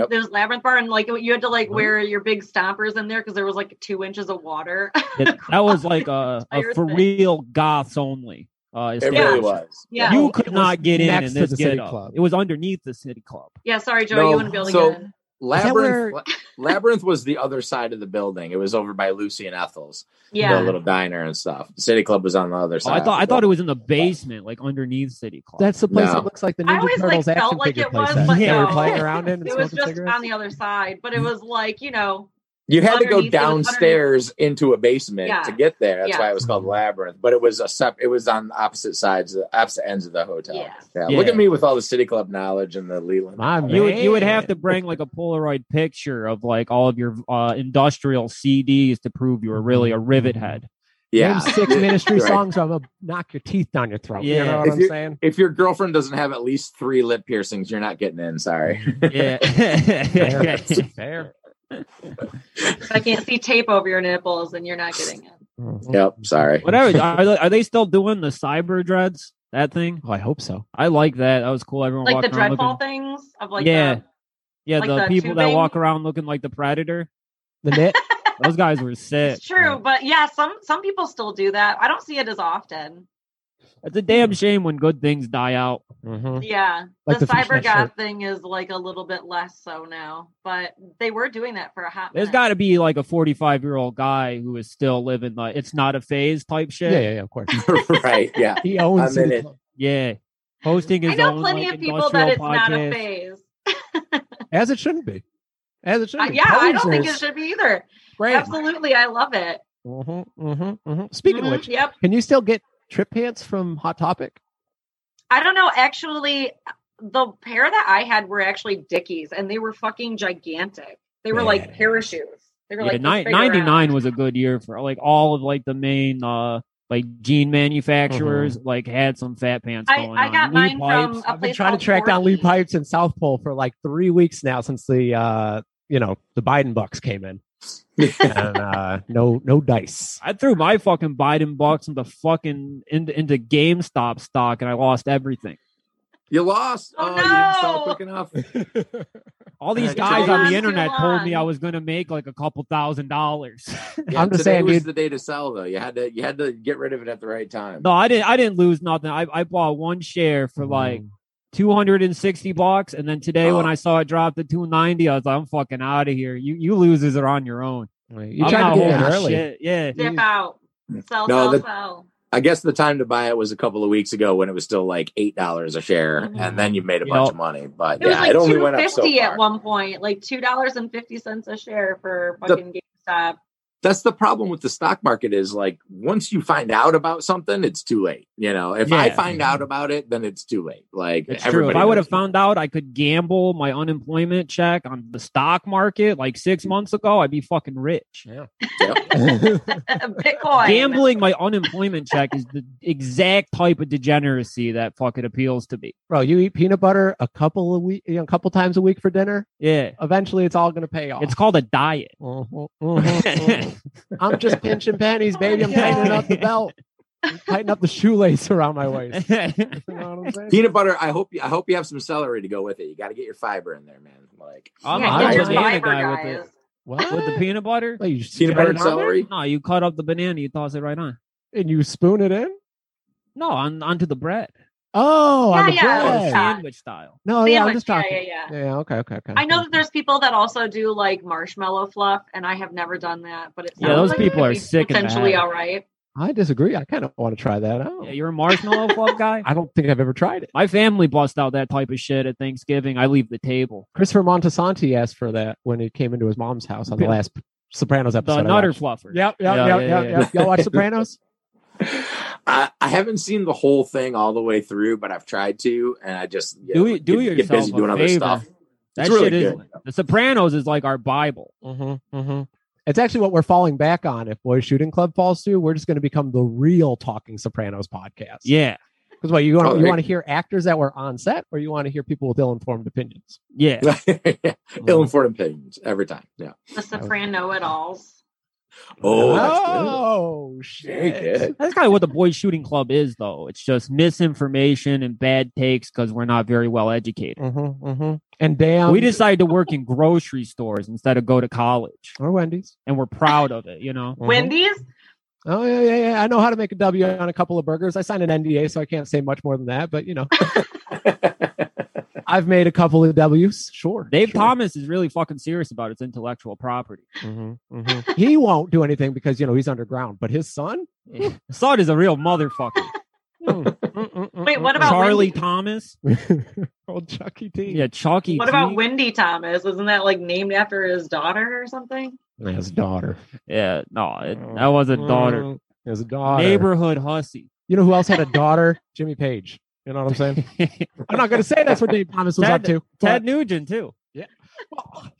S2: Yep. Mm-hmm.
S3: there was labyrinth bar, and like you had to like
S5: Mhm.
S3: wear your big stompers in there because there was like two inches of water.
S4: It- that was like a, a
S3: Entire
S4: for
S3: thing.
S4: real goths only. Uh,
S2: it
S4: establishment.
S2: really was.
S3: yeah,
S4: You
S5: It
S4: could
S5: was
S4: not get in
S5: next
S4: in
S5: to
S4: this
S5: the city
S4: get up.
S5: club.
S4: It was underneath the city club.
S3: yeah. Sorry, Joey,
S2: No,
S3: you wouldn't be able to
S2: so-
S3: get in.
S5: that
S2: Labyrinth.
S5: where-
S2: La- Labyrinth was the other side of the building. It was over by Lucy and Ethel's, the
S3: Yeah,
S2: little diner and stuff. The City Club was on the other
S4: Oh,
S2: side.
S4: I thought I
S2: of the
S4: thought
S2: building.
S4: it was in the basement, like underneath city club.
S5: That's the place
S2: Mm-hmm. No.
S5: that looks like the
S3: I
S5: Ninja
S3: always like
S5: Turtles
S3: felt
S5: action
S3: like
S5: figure
S3: it was,
S5: place that
S4: but
S5: they were
S4: no.
S5: playing around in. And
S3: it was
S5: smoking
S3: just
S5: cigarettes.
S3: on the other side, but it was like you know
S2: You had to go
S3: Underneath- it was underneath.
S2: downstairs into a basement
S3: Yeah.
S2: to get there. That's
S3: Yeah.
S2: why it was called labyrinth. But it was a sep- it was on opposite sides, opposite ends of the hotel.
S3: Yeah.
S2: Look
S5: Yeah.
S2: at me with all the city club knowledge and the Leland.
S5: My
S4: You would, you would have
S5: Man.
S4: to bring like a Polaroid picture of like all of your uh, industrial CDs to prove you were really a rivet head.
S2: yeah.
S5: Name six ministry
S2: Right.
S5: songs. I'm gonna knock your teeth down your throat.
S4: Yeah.
S5: You know
S2: If
S5: what I'm
S2: you-
S5: saying?
S2: If your girlfriend doesn't have at least three lip piercings, you're not getting in. Sorry.
S4: Yeah.
S5: Fair. Fair.
S3: If I can't see tape over your nipples, then you're not getting it.
S5: Mm-hmm.
S2: yep. Sorry.
S4: Whatever. Are, they- are they still doing the cyber dreads? That thing?
S5: Oh, I hope so.
S4: I like that. That was cool. Everyone
S3: Like the
S4: walking around
S3: dreadful
S4: looking.
S3: things of like
S4: Yeah.
S3: the,
S4: Yeah,
S3: like
S4: the,
S3: the
S4: people that
S3: tubing.
S4: walk around looking like the predator.
S5: The net.
S4: Those guys were sick.
S3: it's true, but yeah, some some people still do that. I don't see it as often.
S4: It's a damn shame when good things die out.
S5: Mhm.
S3: Yeah.
S5: Like
S3: the,
S5: the
S3: cyber
S5: fishnet
S3: goth
S5: shirt.
S3: thing is like a little bit less so now, but they were doing that for a hot
S4: There's
S3: minute.
S4: got to be like a 45 year old guy who is still living the it's not a phase type
S5: Yeah,
S4: shit.
S5: yeah, yeah. Of course.
S2: right. Yeah.
S5: He owns
S2: I'm in
S5: City
S2: it.
S5: Club.
S4: Yeah. Hosting his
S3: I know
S4: own
S3: plenty
S4: like,
S3: of people that
S4: industrial
S3: it's not a
S4: podcast.
S3: phase.
S5: as it shouldn't be. As it shouldn't
S3: Uh,
S5: be.
S3: yeah, I don't think it
S5: Posers.
S3: should be either.
S5: Great.
S3: Absolutely, I love it.
S5: Mm-hmm, mm-hmm, mm-hmm. Speaking
S3: Mhm,
S5: of which,
S3: yep.
S5: can you still get trip pants from Hot Topic?
S3: I don't know. Actually, the pair that I had were actually Dickies, and they were fucking gigantic. They were like
S5: Yeah.
S3: parachutes. They were
S4: Yeah,
S3: like
S4: ni-
S3: this big
S4: 99
S3: around.
S4: was a good year for like all of like the main uh like jean manufacturers like had some fat pants
S3: I,
S4: going
S3: I
S4: on.
S3: got
S4: Lee
S3: mine from
S4: Pipes.
S3: a
S5: I've been
S3: place
S5: trying to
S3: called
S5: track down Lee
S3: Gorky's.
S5: Pipes in South Pole for like three weeks now since the uh you know the Biden bucks came in. and uh no no dice.
S4: I threw my fucking Biden bucks into fucking into, into GameStop stock and I lost everything.
S2: You lost.
S3: Oh,
S2: you didn't sell
S3: no.
S2: quick enough.
S4: All these
S2: Too
S4: guys on
S3: long,
S4: the
S3: too
S4: internet told me I
S3: long.
S4: was going to make like a couple thousand dollars.
S2: Yeah,
S5: I'm just
S2: today
S5: saying,
S2: was
S5: dude.
S2: the day to sell though. You had to you had to get rid of it at the right time.
S4: no, I didn't. I didn't lose nothing. I, I bought one share
S5: Mm-hmm.
S4: for like
S5: Mm.
S4: two hundred and sixty bucks, and then today when
S2: Oh.
S4: I saw it drop to two ninety, I was like, I'm fucking out of here. You you losers are on your own.
S5: you
S4: I'm
S5: tried
S4: not
S5: to get in
S4: holding
S5: early.
S4: shit. Yeah,
S3: Dip out. Sell,
S2: No,
S3: sell,
S2: that-
S3: sell.
S2: I guess the time to buy it was a couple of weeks ago when it was still like eight dollars a share,
S3: Mhm.
S2: and then you made a
S4: Yeah.
S2: bunch of money. But
S3: It
S2: yeah,
S3: was like
S2: it only
S3: two
S2: went up so
S3: fifty
S2: far.
S3: at one point, like two dollars and fifty cents a share for
S2: The-
S3: fucking GameStop.
S2: That's the problem with the stock market is like once you find out about something, it's too late. You know, if I
S4: Yeah.
S2: find out about it, then it's too late. Like
S4: It's true.
S2: everybody
S4: If I would
S2: knows.
S4: have found out I could gamble my unemployment check on the stock market like six
S5: Mm-hmm.
S4: months ago, I'd be fucking rich.
S2: Yep.
S3: Bitcoin.
S4: Gambling my unemployment check is the exact type of degeneracy that fucking appeals to me.
S5: Bro, you eat peanut butter a couple of week you know, a couple times a week for dinner.
S4: Yeah.
S5: Eventually it's all gonna pay off.
S4: It's called a diet.
S5: Mhm, mhm, mhm. I'm just pinching pennies, baby. I'm tightening up the belt. I'm tightening up the shoelace around my waist. You know what I'm saying?
S2: peanut butter. I hope you, I hope you have some celery to go with it. You got to get your fiber in there, man. Like
S4: I'm
S3: Yeah,
S4: a
S3: get
S5: I'm
S3: your
S5: a banana
S4: banana
S3: fiber,
S4: guy with
S3: guys.
S4: it.
S5: What?
S4: With the peanut butter?
S5: Wait, you just
S2: peanut
S5: get
S2: butter
S5: it
S2: and
S5: on there
S2: celery.
S4: No, you cut up the banana, you toss it right on.
S5: and you spoon it in?
S4: No, on onto the bread.
S5: Oh,
S3: Yeah,
S5: on the
S3: yeah,
S5: bread.
S3: it's not-
S4: Sandwich style.
S5: No, Oh, yeah, I'm
S3: Sandwich,
S5: just talking.
S3: Yeah, yeah, yeah.
S5: yeah. okay, okay, okay.
S3: I know that there's people that also do like marshmallow fluff, and I have never done that. But it
S4: Yeah,
S3: sounds
S4: those
S3: like it
S4: people
S3: could
S4: are
S3: be
S4: sick in the
S3: Potentially,
S4: head.
S3: all right.
S5: I disagree. I kind of want to try that out.
S4: Yeah, you're a marshmallow club guy?
S5: I don't think I've ever tried it.
S4: My family busts out that type of shit at Thanksgiving. I leave the table.
S5: Christopher Montesanti asked for that when he came into his mom's house on the
S4: Yeah.
S5: last Sopranos episode.
S4: The
S5: I
S4: Nutter
S5: watched.
S4: Fluffer.
S5: Yep, yep,
S4: Yeah,
S5: yep,
S4: yeah,
S5: yep,
S4: yeah.
S5: yep. Y'all watch Sopranos?
S2: I, I haven't seen the whole thing all the way through, but I've tried to, and I just you
S4: Do
S2: know,
S4: it- do
S2: get, get
S4: yourself
S2: busy
S4: a
S2: doing other
S4: favor.
S2: stuff.
S4: That
S2: It's really
S4: shit is
S2: good.
S4: The Sopranos is like our Bible.
S5: Mm-hmm, mm-hmm. It's actually what we're falling back on. If Boys Shooting Club falls through, we're just going to become the real Talking Sopranos podcast.
S4: Yeah.
S5: Because what you want
S2: Oh,
S5: you
S2: there-
S5: want to hear actors that were on set, or you want to hear people with ill-informed opinions.
S4: Yeah. Mm-hmm.
S2: Ill-informed opinions every time. Yeah.
S3: The Soprano at alls.
S2: Oh, that's good.
S5: oh
S2: Very
S5: shit!
S2: good.
S4: That's kind of what the boys shooting club is, though. It's just misinformation and bad takes because we're not very well educated.
S5: Mm-hmm, mm-hmm. And
S2: Um,
S5: damn,
S4: we decided to work in grocery stores instead of go to college,
S5: or Wendy's.
S4: and we're proud of it. You know,
S5: Mhm.
S3: Wendy's.
S5: Oh yeah, yeah, yeah. I know how to make a W on a couple of burgers. I signed an NDA, so I can't say much more than that. But you know, I've made a couple of W's. Sure,
S4: Dave
S5: sure.
S4: Thomas is really fucking serious about its intellectual property.
S5: Mhm, mhm. he won't do anything because you know he's underground. But his son,
S4: Sod is a real motherfucker.
S5: Hmm. wait,
S3: what about-
S4: Charlie
S3: Wendy's?
S4: Thomas,
S5: old Chucky T?
S4: yeah, Chalky.
S3: What about
S4: T.
S3: Wendy Thomas? Isn't that like named after his daughter or something?
S5: His daughter.
S4: Yeah, no, it, that was a daughter.
S5: Mm, His daughter.
S4: Neighborhood hussy.
S5: You know who else had a daughter? Jimmy Page. You know what I'm saying? I'm not going to say that's what Dave Thomas was
S4: Ted-
S5: up to.
S4: Ted Nugent too.
S5: but-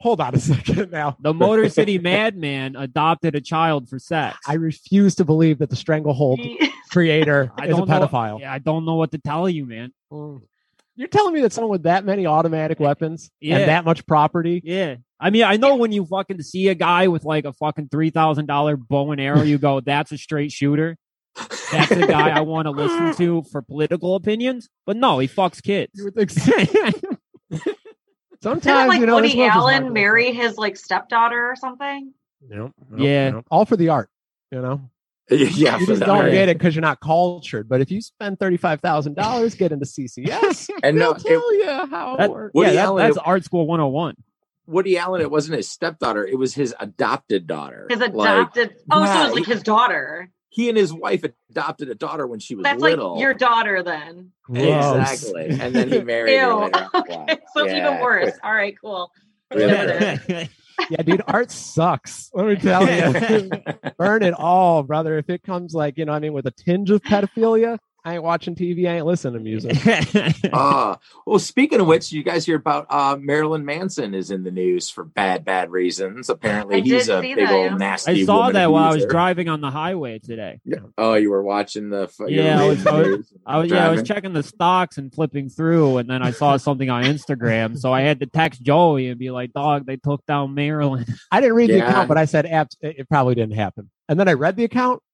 S5: hold on a second now.
S4: The Motor City Madman adopted a child for sex.
S5: I refuse to believe that the Stranglehold
S3: He-
S5: creator
S4: I
S5: is a
S4: don't know-
S5: pedophile.
S4: Yeah, I don't know what to tell you, man.
S3: Hmm.
S5: Mm. You're telling me that someone with that many automatic weapons
S4: Yeah.
S5: and that much property?
S4: Yeah. I mean, I know when you fucking see a guy with like a fucking three thousand dollar bow and arrow, you go, "That's a straight shooter. That's a guy I want to listen to for political opinions." But no, he fucks kids.
S5: You would think so.
S3: Didn't
S5: Sometimes
S3: like
S5: you know, this
S3: Woody
S5: world is
S3: Allen
S5: hard.
S3: marry his like stepdaughter or something?
S5: Nope, nope,
S4: Yeah.
S5: nope. all for the art. You know,
S2: yeah,
S5: you
S2: for
S5: just
S2: the
S5: don't
S4: art.
S5: get it because you're not cultured. But if you spend thirty five thousand dollars, get into CCS,
S2: And no,
S5: they'll
S2: it-
S5: tell you how.
S4: That-
S5: it works.
S2: Woody
S4: yeah, that-
S2: Allen-
S4: that's art school one hundred and one.
S2: Woody Allen. It wasn't his stepdaughter; it was his adopted daughter.
S3: His
S2: Like,
S3: adopted. oh, so it was
S2: yeah,
S3: like his daughter.
S2: he and his wife adopted a daughter when she was
S3: That's
S2: little.
S3: like your daughter then.
S5: Gross.
S2: exactly, and then he married. her
S3: Ew.
S2: later. Wow.
S3: Okay, so it's even
S2: Yeah,
S3: worse. All right, cool.
S2: really
S3: Yeah.
S2: gross.
S5: Yeah, dude, art sucks. Let me tell you, burn it all, brother. If it comes like you know, I mean, with a tinge of pedophilia, I ain't watching TV. I ain't listening to music.
S2: Ah, well, speaking of which, you guys hear about uh, Marilyn Manson is in the news for bad, bad reasons. Apparently,
S3: I
S2: he's
S3: did
S2: a
S3: see
S2: big
S3: that,
S2: old
S3: yeah.
S2: nasty.
S4: I saw
S2: woman
S4: that while I was
S2: abuser.
S4: driving on the highway today.
S2: Oh, you were watching the. f- you were
S4: Yeah, I was-
S2: reading the
S4: I was-
S2: news and
S4: I was yeah, I was
S2: driving?
S4: checking the stocks and flipping through, and then I saw something on Instagram, so I had to text Joey and be like, "Dog, they took down Maryland."
S5: I didn't read the
S2: Yeah.
S5: account, but I said abs- it it probably didn't happen. And then I read the account.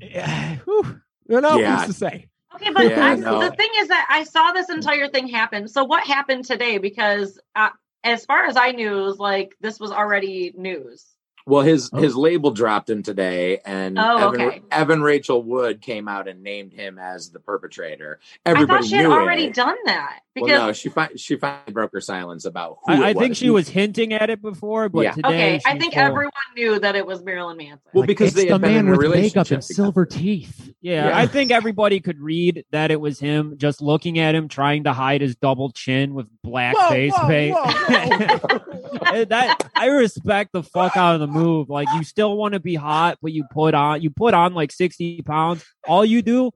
S5: Yeah, whew, you know,
S2: Yeah.
S5: who's to say?
S3: Okay, but
S2: Yeah,
S3: I,
S2: no.
S3: the thing is that I saw this entire thing happen. So what happened today? Because uh, as far as I knew, it was like this was already news.
S2: Well, his
S4: Oh.
S2: his label dropped him today, and
S3: Oh,
S2: Evan,
S3: okay.
S2: Evan Rachel Wood came out and named him as the perpetrator.
S3: I
S2: Everybody
S3: thought she had
S2: knew
S3: already
S2: it.
S3: done that because
S2: well, no, she fi- she finally broke her silence about who.
S4: I, I
S2: it
S4: think
S2: was.
S4: she was hinting at it before, but
S2: Yeah.
S4: today,
S3: okay, I
S4: she
S3: think
S4: told-
S3: everyone knew that it was Marilyn Manson.
S2: Well, because
S5: it's
S2: they
S5: the
S2: had been
S5: man
S2: in a
S5: with makeup
S2: relationship
S5: and silver
S2: together.
S5: teeth.
S4: Yeah,
S2: Yeah.
S4: I think everybody could read that it was him just looking at him trying to hide his double chin with black
S5: Whoa,
S4: face
S5: whoa,
S4: paint.
S5: whoa,
S4: And that I respect the fuck out of the move. Like you still want to be hot, but you put on you put on like 60 pounds. All you do,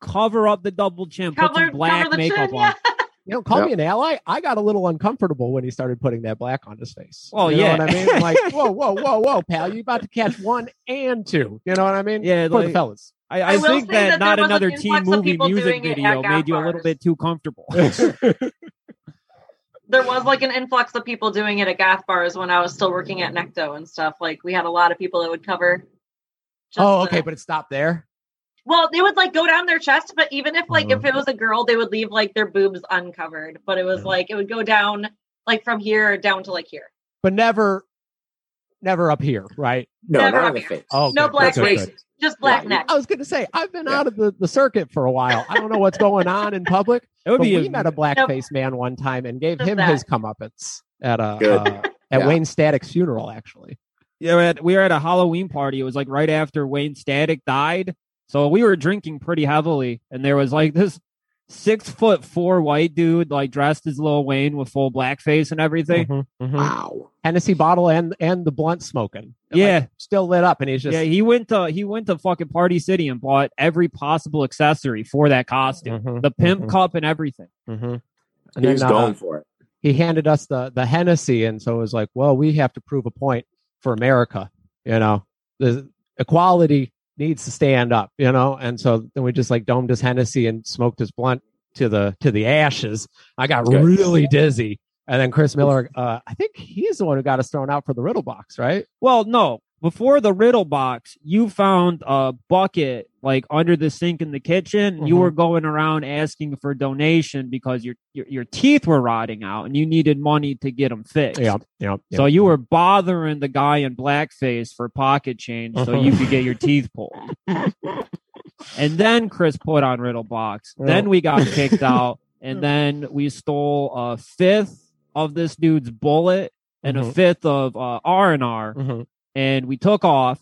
S4: cover up the double chin, put
S3: Cover-
S4: some black
S3: cover the
S4: makeup
S3: chin,
S4: on.
S3: yeah.
S5: You know, call
S2: Yep.
S5: me an ally. I got a little uncomfortable when he started putting that black on his face.
S4: Well,
S5: you know
S4: yeah.
S5: what I mean. I'm like, whoa, whoa, whoa, whoa, pal, you about to catch one and two. You know what I mean?
S4: Yeah,
S5: for
S4: like-
S5: the fellas.
S4: I, I,
S3: I will
S4: think
S3: say that
S4: that, not
S3: there was an
S4: another
S3: influx
S4: teen
S3: of
S4: movie
S3: people
S4: music
S3: doing it at
S4: video
S3: goth
S4: made you a little
S3: bars.
S4: bit too comfortable.
S3: there was like an influx of people doing it at goth bars when I was still working at Necto and stuff. Like we had a lot of people that would cover. just
S5: Oh,
S3: the-
S5: okay, but it stopped there.
S3: well, they would like go down their chest, but even if like if
S4: Mm-hmm.
S5: Mhm.
S3: it was a girl, they would leave like their boobs uncovered. But it was
S5: Mhm.
S3: like it would go down like from here down to like here.
S5: But never, never up here, right?
S2: No,
S3: Never
S2: not in
S3: up
S2: the
S3: here.
S2: face.
S5: Oh,
S3: No
S5: good,
S3: black
S5: good, good,
S2: face.
S5: good.
S3: Just black
S2: Yeah.
S3: neck.
S5: I was going to say I've been
S2: Yeah.
S5: out of the, the circuit for a while. I don't know what's going on in public.
S4: it would
S5: But
S4: be
S5: we met a
S3: Nope.
S5: blackface man one time and gave
S3: Just
S5: him
S3: that.
S5: his comeuppance at a
S2: Good.
S5: uh, at
S2: Yeah.
S5: Wayne Static's funeral. Actually,
S4: yeah, we, had, we were at a Halloween party. It was like right after Wayne Static died. So we were drinking pretty heavily, and there was like this six foot four white dude, like dressed as Lil Wayne with full blackface and everything.
S5: Mm-hmm,
S2: Wow.
S5: Hennessy bottle and and the blunt smoking. Like,
S4: Yeah.
S5: still lit up, and he's just
S4: yeah, he went to he went to fucking Party City and bought every possible accessory for that costume,
S5: Mhm,
S4: the pimp
S5: mhm,
S4: cup and everything.
S5: mhm. And
S2: He was
S5: then, uh,
S2: going for it.
S5: he handed us the the Hennessy, and so it was like, well, we have to prove a point for America. You know, the equality needs to stand up. You know, and so then we just like domed his Hennessy and smoked his blunt to the to the ashes. I got
S2: Good.
S5: really dizzy, and then Chris Miller, uh, I think he's the one who got us thrown out for the riddle box, right?
S4: Well, no. Before the riddle box, you found a bucket like under the sink in the kitchen. You
S5: Mhm.
S4: were going around asking for donation because your, your your teeth were rotting out and you needed money to get them fixed.
S5: yeah.
S4: So you were bothering the guy in blackface for pocket change so
S5: Mhm.
S4: you could get your teeth pulled. and then Chris put on riddle box. Then
S5: Well.
S4: we got kicked out, and then we stole a fifth of this dude's bullet and a
S5: Mhm.
S4: fifth of uh, R and R
S5: Mhm.
S4: and we took off.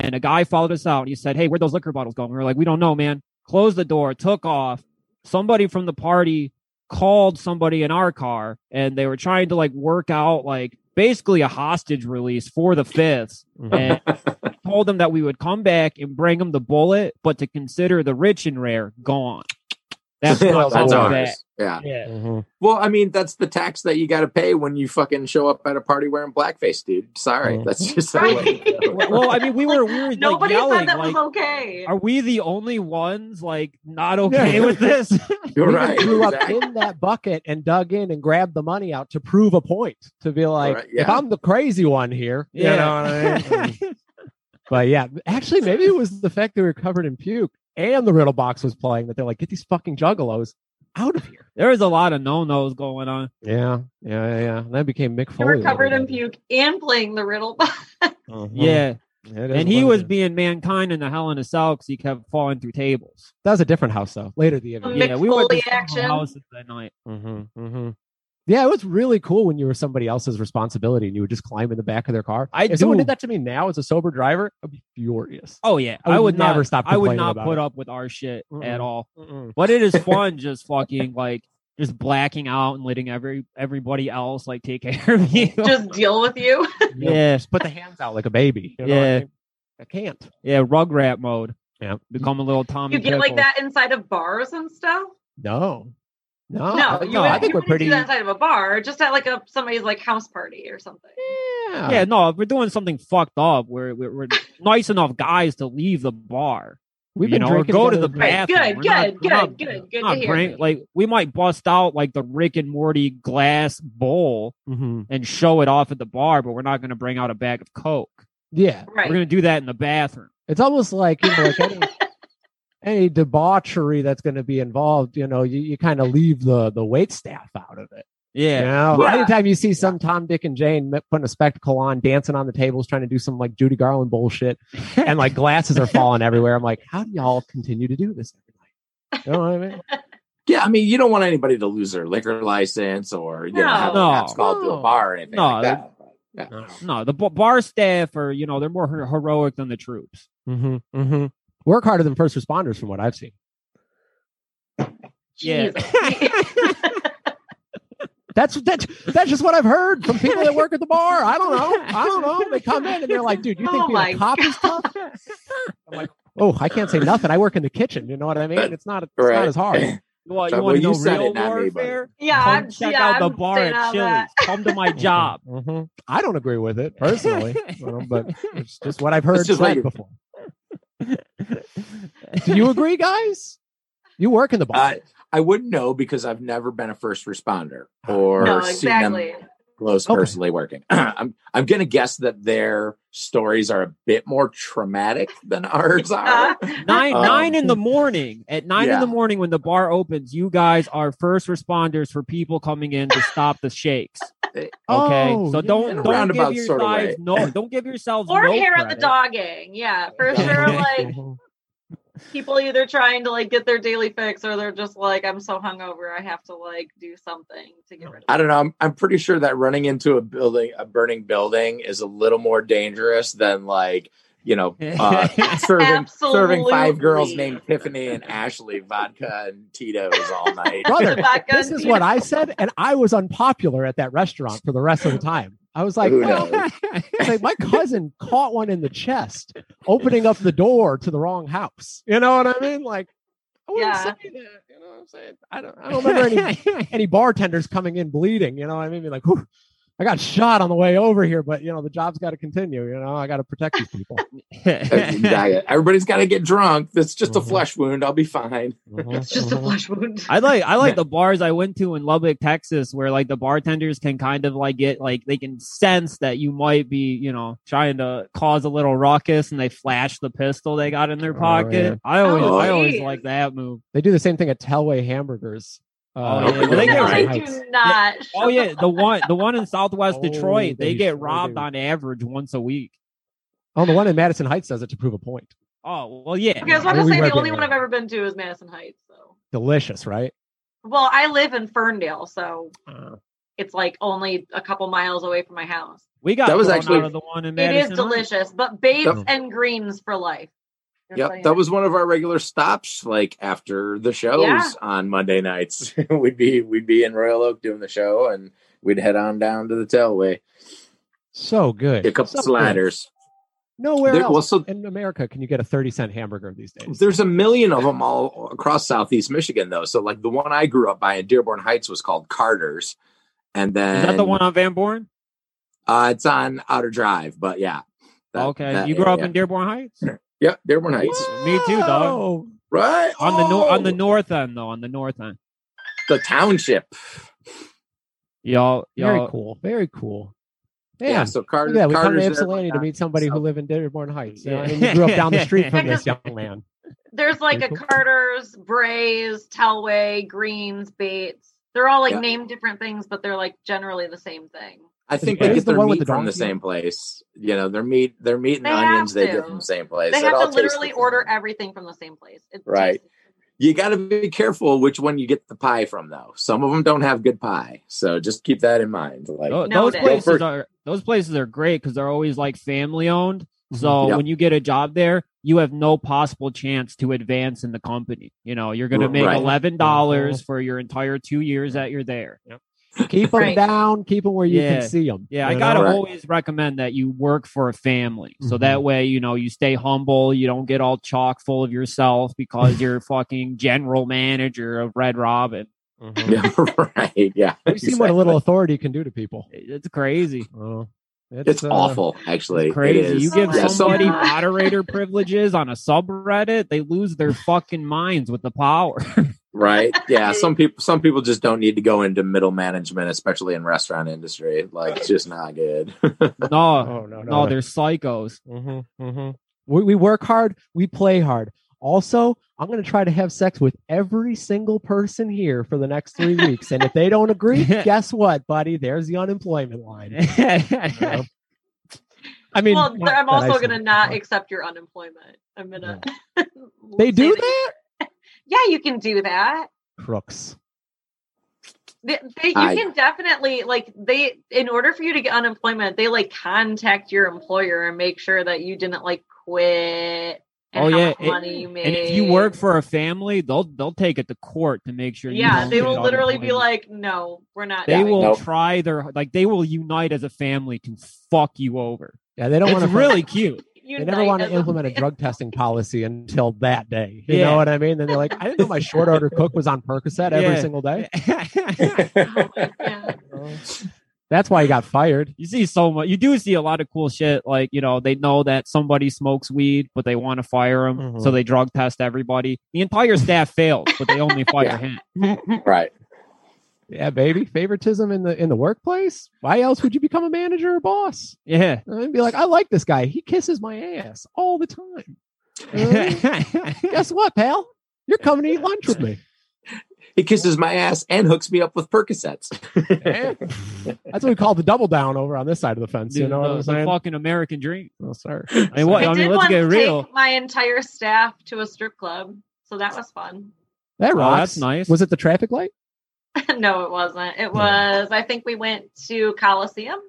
S4: And a guy followed us out. He said, "Hey, where those liquor bottles going?" We were like, "We don't know, man." Closed the door, took off. Somebody from the party called somebody in our car, and they were trying to like work out like basically a hostage release for the fifths
S2: Mm-hmm.
S4: and told them that we would come back and bring them the bullet, but to consider the rich and rare gone. That's not
S2: That's
S4: going
S2: ours.
S4: back.
S2: Yeah.
S4: Yeah.
S5: Mhm.
S2: Well, I mean, that's the tax that you got to pay when you fucking show up at a party wearing blackface, dude. Sorry,
S5: Mhm.
S2: that's just the way it goes.
S4: Well, well, I mean, we were we were like,
S3: Nobody
S4: yelling
S3: said that
S4: like,
S3: was okay.
S4: "Are we the only ones like not okay with this?"
S2: You're
S5: We
S2: right.
S5: Threw up
S2: exactly.
S5: in that bucket and dug in and grabbed the money out to prove a point. To be like,
S2: Right, yeah.
S5: if I'm the crazy one here, you
S4: Yeah.
S5: know what I mean? but yeah, actually, maybe it was the fact they were covered in puke and the riddle box was playing that they're like, get these fucking juggalos out of here.
S4: there was a lot of no nos going on.
S5: Yeah, yeah, yeah. yeah. That became Mick
S3: They
S5: Foley.
S3: were covered in puke and playing the riddle.
S5: Mhm.
S2: Mm-hmm.
S4: Yeah,
S5: It is
S4: and he
S5: what it
S4: was
S5: is.
S4: being mankind in the hell in a cell because he kept falling through tables.
S5: That was a different house though. Later the interview.
S3: Mick
S4: yeah, we went to
S3: Foley
S4: several
S3: action.
S4: houses that night.
S5: Mm-hmm, mm-hmm. Yeah, it was really cool when you were somebody else's responsibility and you would just climb in the back of their car.
S4: I
S5: if someone
S4: do.
S5: did that to me now as a sober driver, I'd be furious.
S4: Oh yeah,
S5: I would
S4: I would
S5: never
S4: not,
S5: stop
S4: I would
S5: complaining
S4: not
S5: about
S4: put
S5: it.
S4: up with our shit
S5: Mm-mm.
S4: at all. But it is fun, just fucking like just blacking out and letting every everybody else like take care of you.
S3: Just deal with you.
S4: yeah,
S5: Just put the hands out like a baby. you know
S4: Yeah.
S5: what I, mean? I can't.
S4: yeah, rugrat mode.
S5: Yeah.
S4: become a little Tommy.
S3: You get like
S4: Pickles.
S3: that inside of bars and stuff.
S5: No.
S4: Oh,
S3: No,
S5: No. I-
S3: you wouldn't,
S5: no, I think
S3: you
S5: we're
S3: wouldn't
S5: pretty
S3: do that inside of a bar, just at like a somebody's like house party or something.
S5: yeah.
S4: Yeah, no, if we're doing something fucked up, we're we're, we're nice enough guys to leave the bar.
S5: We've
S4: you
S5: been
S4: know, or
S5: drinking
S4: go to the
S3: Right,
S5: together.
S4: bathroom.
S3: good,
S4: We're not-
S3: good,
S4: we're not-
S3: good, good, good
S4: not
S3: to hear.
S4: bring- like we might bust out like the Rick and Morty glass bowl
S5: Mhm.
S4: and show it off at the bar, but we're not going to bring out a bag of coke.
S5: Yeah.
S4: We're
S3: Right.
S4: going to do that in the bathroom.
S5: It's almost like you know, like any, any debauchery that's going to be involved, you know, you, you kind of leave the the wait staff out of it.
S4: Yeah,
S5: Yeah.
S3: Yeah.
S5: Anytime you see some Tom, Dick, and Jane m- putting a spectacle on, dancing on the tables, trying to do some like Judy Garland bullshit, and like glasses are falling everywhere, I'm like, how do y'all continue to do this every night? You know what I mean?
S2: Yeah, I mean, you don't want anybody to lose their liquor license or you know have
S4: No.
S2: cops called to a bar or anything
S4: No.
S2: like that. Yeah.
S4: no, the b- bar staff are you know they're more her- heroic than the troops.
S5: Mm-hmm, mm-hmm. Work harder than first responders, from what I've seen.
S4: Yeah.
S3: Jesus.
S5: That's that's that's just what I've heard from people that work at the bar. I don't know. I don't know. They come in and they're like, "Dude, you think
S3: Oh
S5: being a
S3: my
S5: cop is tough?" I'm like, "Oh, I can't say nothing. I work in the kitchen. You know what I mean? It's not it's
S2: Right.
S5: not as hard."
S4: Well,
S2: So, well,
S4: you want to
S2: you
S4: know
S2: said
S4: real
S2: it, not me, buddy.
S4: warfare?
S3: yeah,
S4: Come
S3: I'm,
S4: check
S3: yeah,
S4: out the
S3: I'm
S4: bar
S3: staying
S4: at
S3: out of that.
S4: Chili's. Come to my job.
S5: Mhm. I don't agree with it personally, you know, but it's just what I've heard
S2: It's just what
S5: said
S2: you-
S5: before. Do you agree, guys? You work in the bar.
S2: I, I wouldn't know because I've never been a first responder or
S3: No,
S2: seen
S3: exactly.
S2: them close
S5: Okay.
S2: personally working. I'm I'm gonna guess that their stories are a bit more traumatic than ours
S3: Uh,
S2: are.
S4: Nine
S2: Um,
S4: nine in the morning. At nine in
S2: Yeah.
S4: the morning, when the bar opens, you guys are first responders for people coming in to stop the shakes. Okay,
S5: Oh,
S4: so don't
S5: yeah.
S4: don't give
S2: Roundabout sort of
S4: yourselves
S2: way.
S4: no don't give yourselves
S3: or
S4: no
S3: hair at the
S4: credit.
S3: dogging. Yeah, for sure. Like people either trying to like get their daily fix, or they're just like, I'm so hungover, I have to like do something to get rid of.
S2: I don't know. I'm I'm pretty sure that running into a building, a burning building, is a little more dangerous than like you know uh, serving serving five
S3: Absolutely.
S2: girls named Tiffany and Ashley vodka and Tito's all night.
S5: Brother,
S3: Vodka
S5: this
S3: and
S5: is what
S3: Tito's.
S5: I said, and I was unpopular at that restaurant for the rest of the time. I was like,
S2: Who
S5: well,
S2: knows?
S5: it's like, my cousin caught one in the chest, opening up the door to the wrong house. You know what I mean? Like, I wouldn't
S3: Yeah.
S5: say that. You know what I'm saying? I don't, I don't remember any any bartenders coming in bleeding. You know, what I mean, Be like, "Whew, I got shot on the way over here, but you know, the job's got to continue. You know, I got to protect these people.
S2: Uh, Everybody's got to get drunk. That's just a
S5: Mhm.
S2: flesh wound. I'll be fine.
S5: Uh-huh,
S3: It's just a flesh wound.
S4: I like I like the bars I went to in Lubbock, Texas, where like the bartenders can kind of like get like they can sense that you might be you know trying to cause a little ruckus, and they flash the pistol they got in their
S5: Oh,
S4: pocket. I always
S2: Oh,
S4: I always
S3: geez.
S4: like that move.
S5: They do the same thing at Telway hamburgers. uh,
S4: Oh, yeah. Well, they get
S3: no,
S4: right.
S3: I do not.
S4: Oh yeah, the one the one in Southwest
S5: Oh,
S4: Detroit, they,
S5: they
S4: get
S5: sure
S4: robbed
S5: do.
S4: on average once a week.
S5: Oh, the one in Madison Heights does it to prove a point.
S4: Oh well, yeah.
S3: Okay, I was about to
S5: We
S3: say the
S5: reckon
S3: only
S5: that.
S3: one I've ever been to is Madison Heights. So,
S5: Delicious, right?
S3: well, I live in Ferndale, so
S4: Oh.
S5: Uh,
S3: it's like only a couple miles away from my house.
S4: We got
S2: That was
S4: thrown
S2: actually-
S4: out of the one in
S3: it
S4: Madison.
S3: is
S4: Heights.
S3: delicious, but Babes
S5: Yep.
S3: and Greens for life. Just
S2: Yep,
S3: saying.
S2: that was one of our regular stops. Like after the shows
S3: Yeah.
S2: on Monday nights, we'd be we'd be in Royal Oak doing the show, and we'd head on down to the Telway.
S5: So good.
S2: a couple
S5: So good.
S2: sliders.
S5: Nowhere
S2: There-
S5: else
S2: well, so-
S5: in America can you get a 30 cent hamburger these days.
S2: There's a million of them all across Southeast Michigan, though. So, like the one I grew up by in Dearborn Heights was called Carter's, and then
S4: Is that the one on Van Born?
S2: Uh, it's on Outer Drive, but yeah. That-
S4: okay,
S2: that
S4: you grew up
S2: area.
S4: in Dearborn Heights.
S2: Yep, Dearborn Heights.
S4: Me too, dog.
S5: Whoa.
S2: Right
S4: On the nor- on the
S2: Oh,
S4: north end though, on the north end.
S2: the township.
S4: Y'all,
S5: Very
S4: y'all,
S5: cool. Very cool.
S2: Yeah,
S5: Yeah.
S2: so Carter.
S5: Look at that. We
S2: Carter's
S5: finally
S2: there
S5: have Solani to
S2: right
S5: meet somebody who
S2: So-
S5: lived in Dearborn Heights. you know,
S4: Yeah.
S5: and you grew up down the street from this young man.
S3: There's like
S5: Very
S3: a
S5: cool.
S3: Carter's, Bray's, Telway, Greens, Bates. They're all like
S2: Yeah.
S3: named different things, but they're like generally the same thing.
S2: I think
S5: Yeah.
S2: they
S5: Is
S2: get
S5: the
S2: their
S5: one with
S2: meat
S5: the
S2: from the
S5: donkey?
S2: same place. You know, their meat, their meat and
S3: They have
S2: onions, they get
S3: to.
S2: from the same place.
S3: They
S2: It
S3: have
S2: all
S3: to
S2: tastes
S3: literally
S2: the
S3: order
S2: same.
S3: everything from the same place. It
S2: Right.
S3: tastes-
S2: You got to be careful which one you get the pie from, though. Some of them don't have good pie, so just keep that in mind. Like,
S4: Tho-
S3: No,
S4: those
S3: they-
S4: places
S2: Well, for-
S4: are those places are great because they're always like family owned. So
S2: Mhm. Yeah.
S4: when you get a job there, you have no possible chance to advance in the company. You know, you're going to
S2: R-
S4: make
S2: right.
S4: eleven dollars for your entire two years that you're there.
S5: Keep them
S3: Right.
S5: down. Keep them where you
S4: Yeah.
S5: can see them.
S4: Yeah, I gotta
S2: Right.
S4: always recommend that you work for a family, so
S2: Mm-hmm.
S5: Mhm.
S4: that way you know you stay humble. You don't get all chock full of yourself because you're fucking general manager of Red Robin.
S2: yeah, right? Yeah,
S5: We've seen
S2: exactly.
S5: what a little authority can do to people.
S4: It's crazy.
S5: Oh,
S2: It's
S5: uh,
S2: awful, actually. It
S4: Crazy.
S2: is.
S4: You give
S3: Yeah, so-
S4: somebody
S3: Yeah.
S4: moderator privileges on a subreddit, they lose their fucking minds with the power.
S2: right yeah some people some people just don't need to go into middle management especially in restaurant industry like it's just not good
S4: No,
S5: Oh no, no,
S4: no,
S5: no.
S4: they're psychos.
S5: Mm-hmm, mm-hmm. We, we work hard. We play hard. Also, I'm going to try to have sex with every single person here for the next three weeks. And if they don't agree, guess what, buddy? There's the unemployment line. You know? I mean,
S3: well,
S5: not
S3: I'm
S5: that I
S3: also
S5: see
S3: going to
S5: it.
S3: not accept your unemployment. I'm going to.
S5: They do that?
S3: Yeah, you can do that.
S5: Crooks.
S3: They, they, you
S2: I-
S3: can definitely like they in order for you to get unemployment, they like contact your employer and make sure that you didn't like quit. And
S4: Oh,
S3: how
S4: yeah,
S3: much
S4: it-
S3: money you made.
S4: And if you work for a family, they'll they'll take it to court to make sure. you
S3: yeah,
S4: don't
S3: they
S4: get
S3: will literally be
S4: unemployment.
S3: like, "No, we're not."
S4: they
S2: Yeah,
S3: doing
S4: will
S2: nope.
S4: try their like they will unite as a family to fuck you over.
S5: Yeah, they don't want
S4: It's
S5: to.
S4: really cute.
S3: You
S5: They never want to implement a drug testing policy until that day. You know what I mean? Then they're like, I didn't know my short order cook was on Percocet every
S4: Yeah.
S5: single day.
S3: Yeah.
S5: That's why he got fired.
S4: you see so much. You do see a lot of cool shit. Like you know, they know that somebody smokes weed, but they want to fire him,
S5: Mhm.
S4: so they drug test everybody. The entire staff fails, but they only fire
S2: Yeah.
S4: him.
S2: right
S5: Yeah, baby. Favoritism in the in the workplace. Why else would you become a manager or boss?
S4: Yeah.
S5: I'd be like, I like this guy. He kisses my ass all the time. Uh, guess what, pal? You're coming to eat lunch with me.
S2: he kisses my ass and hooks me up with percocets
S5: Eh? That's what we call the double down over on this side of the fence. You
S4: Dude,
S5: know what
S4: the,
S5: I'm
S4: the
S5: saying?
S4: fucking American dream.
S5: Oh, sorry.
S4: I mean, what,
S3: I
S4: I mean
S3: did
S4: let's
S3: once
S4: get real.
S3: take my entire staff to a strip club, so that was fun.
S5: That
S4: Oh,
S5: rocks.
S4: that's nice.
S5: Was it the traffic light?
S3: no, it wasn't. It was. I think we went to Coliseum.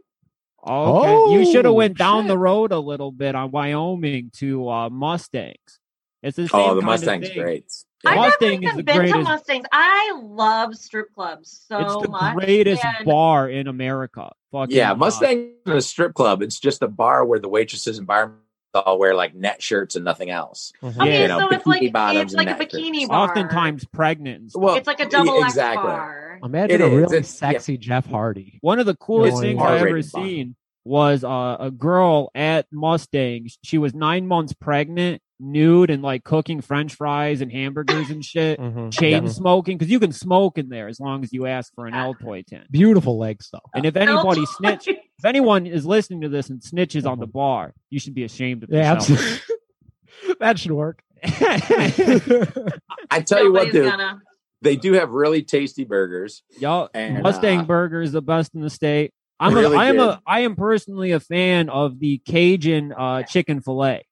S4: Okay, you should have
S5: Oh,
S4: went down
S5: shit.
S4: the road a little bit on Wyoming to uh, Mustangs. It's the same
S2: oh the
S4: kind
S2: mustang's
S4: of thing.
S2: great
S4: Yeah.
S3: I've
S2: yeah.
S4: Mustang
S3: never
S4: is
S3: even
S4: the
S3: been to
S4: greatest-
S3: Mustangs. I love strip clubs so
S4: it's the
S3: much.
S4: greatest
S3: and-
S4: bar in America. Fucking,
S2: yeah
S4: uh,
S2: mustang in a strip club it's just a bar where the waitresses and barmen all wear like net shirts and nothing else
S4: Mm-hmm.
S3: Okay,
S2: you know,
S3: so it's
S2: bikini
S3: like
S2: bottoms
S3: it's like a
S2: and that.
S3: bikini bar.
S4: oftentimes pregnant. And stuff.
S2: well
S3: it's like a double
S2: yeah,
S3: X
S2: exactly
S3: bar.
S4: Um,
S2: It
S5: Imagine a
S2: is.
S5: really
S2: It's- yeah.
S5: sexy Jeff Hardy.
S4: One of the coolest
S5: It's
S4: things
S5: an
S4: I ever
S2: R-rated bar.
S4: seen was uh, a girl at Mustangs. She was nine months pregnant, nude, and like cooking French fries and hamburgers and
S2: Mm-hmm.
S4: shit. Chain smoking because you can smoke in there as long as you ask for an Altoid tin.
S5: Beautiful legs though.
S4: And if anybody snitch,
S3: snitched.
S4: if anyone is listening to this and snitches on the
S2: Mm-hmm.
S4: bar, you should be ashamed of
S5: Yeah,
S4: yourself.
S5: absolutely. that should work.
S2: i tell you what dude they do have really tasty burgers
S4: Y'all,
S2: And,
S4: Mustang
S2: uh,
S4: burger is the best in the state. I'm
S2: really
S4: a, I am
S2: good.
S4: a I am personally a fan of the Cajun uh, chicken fillet.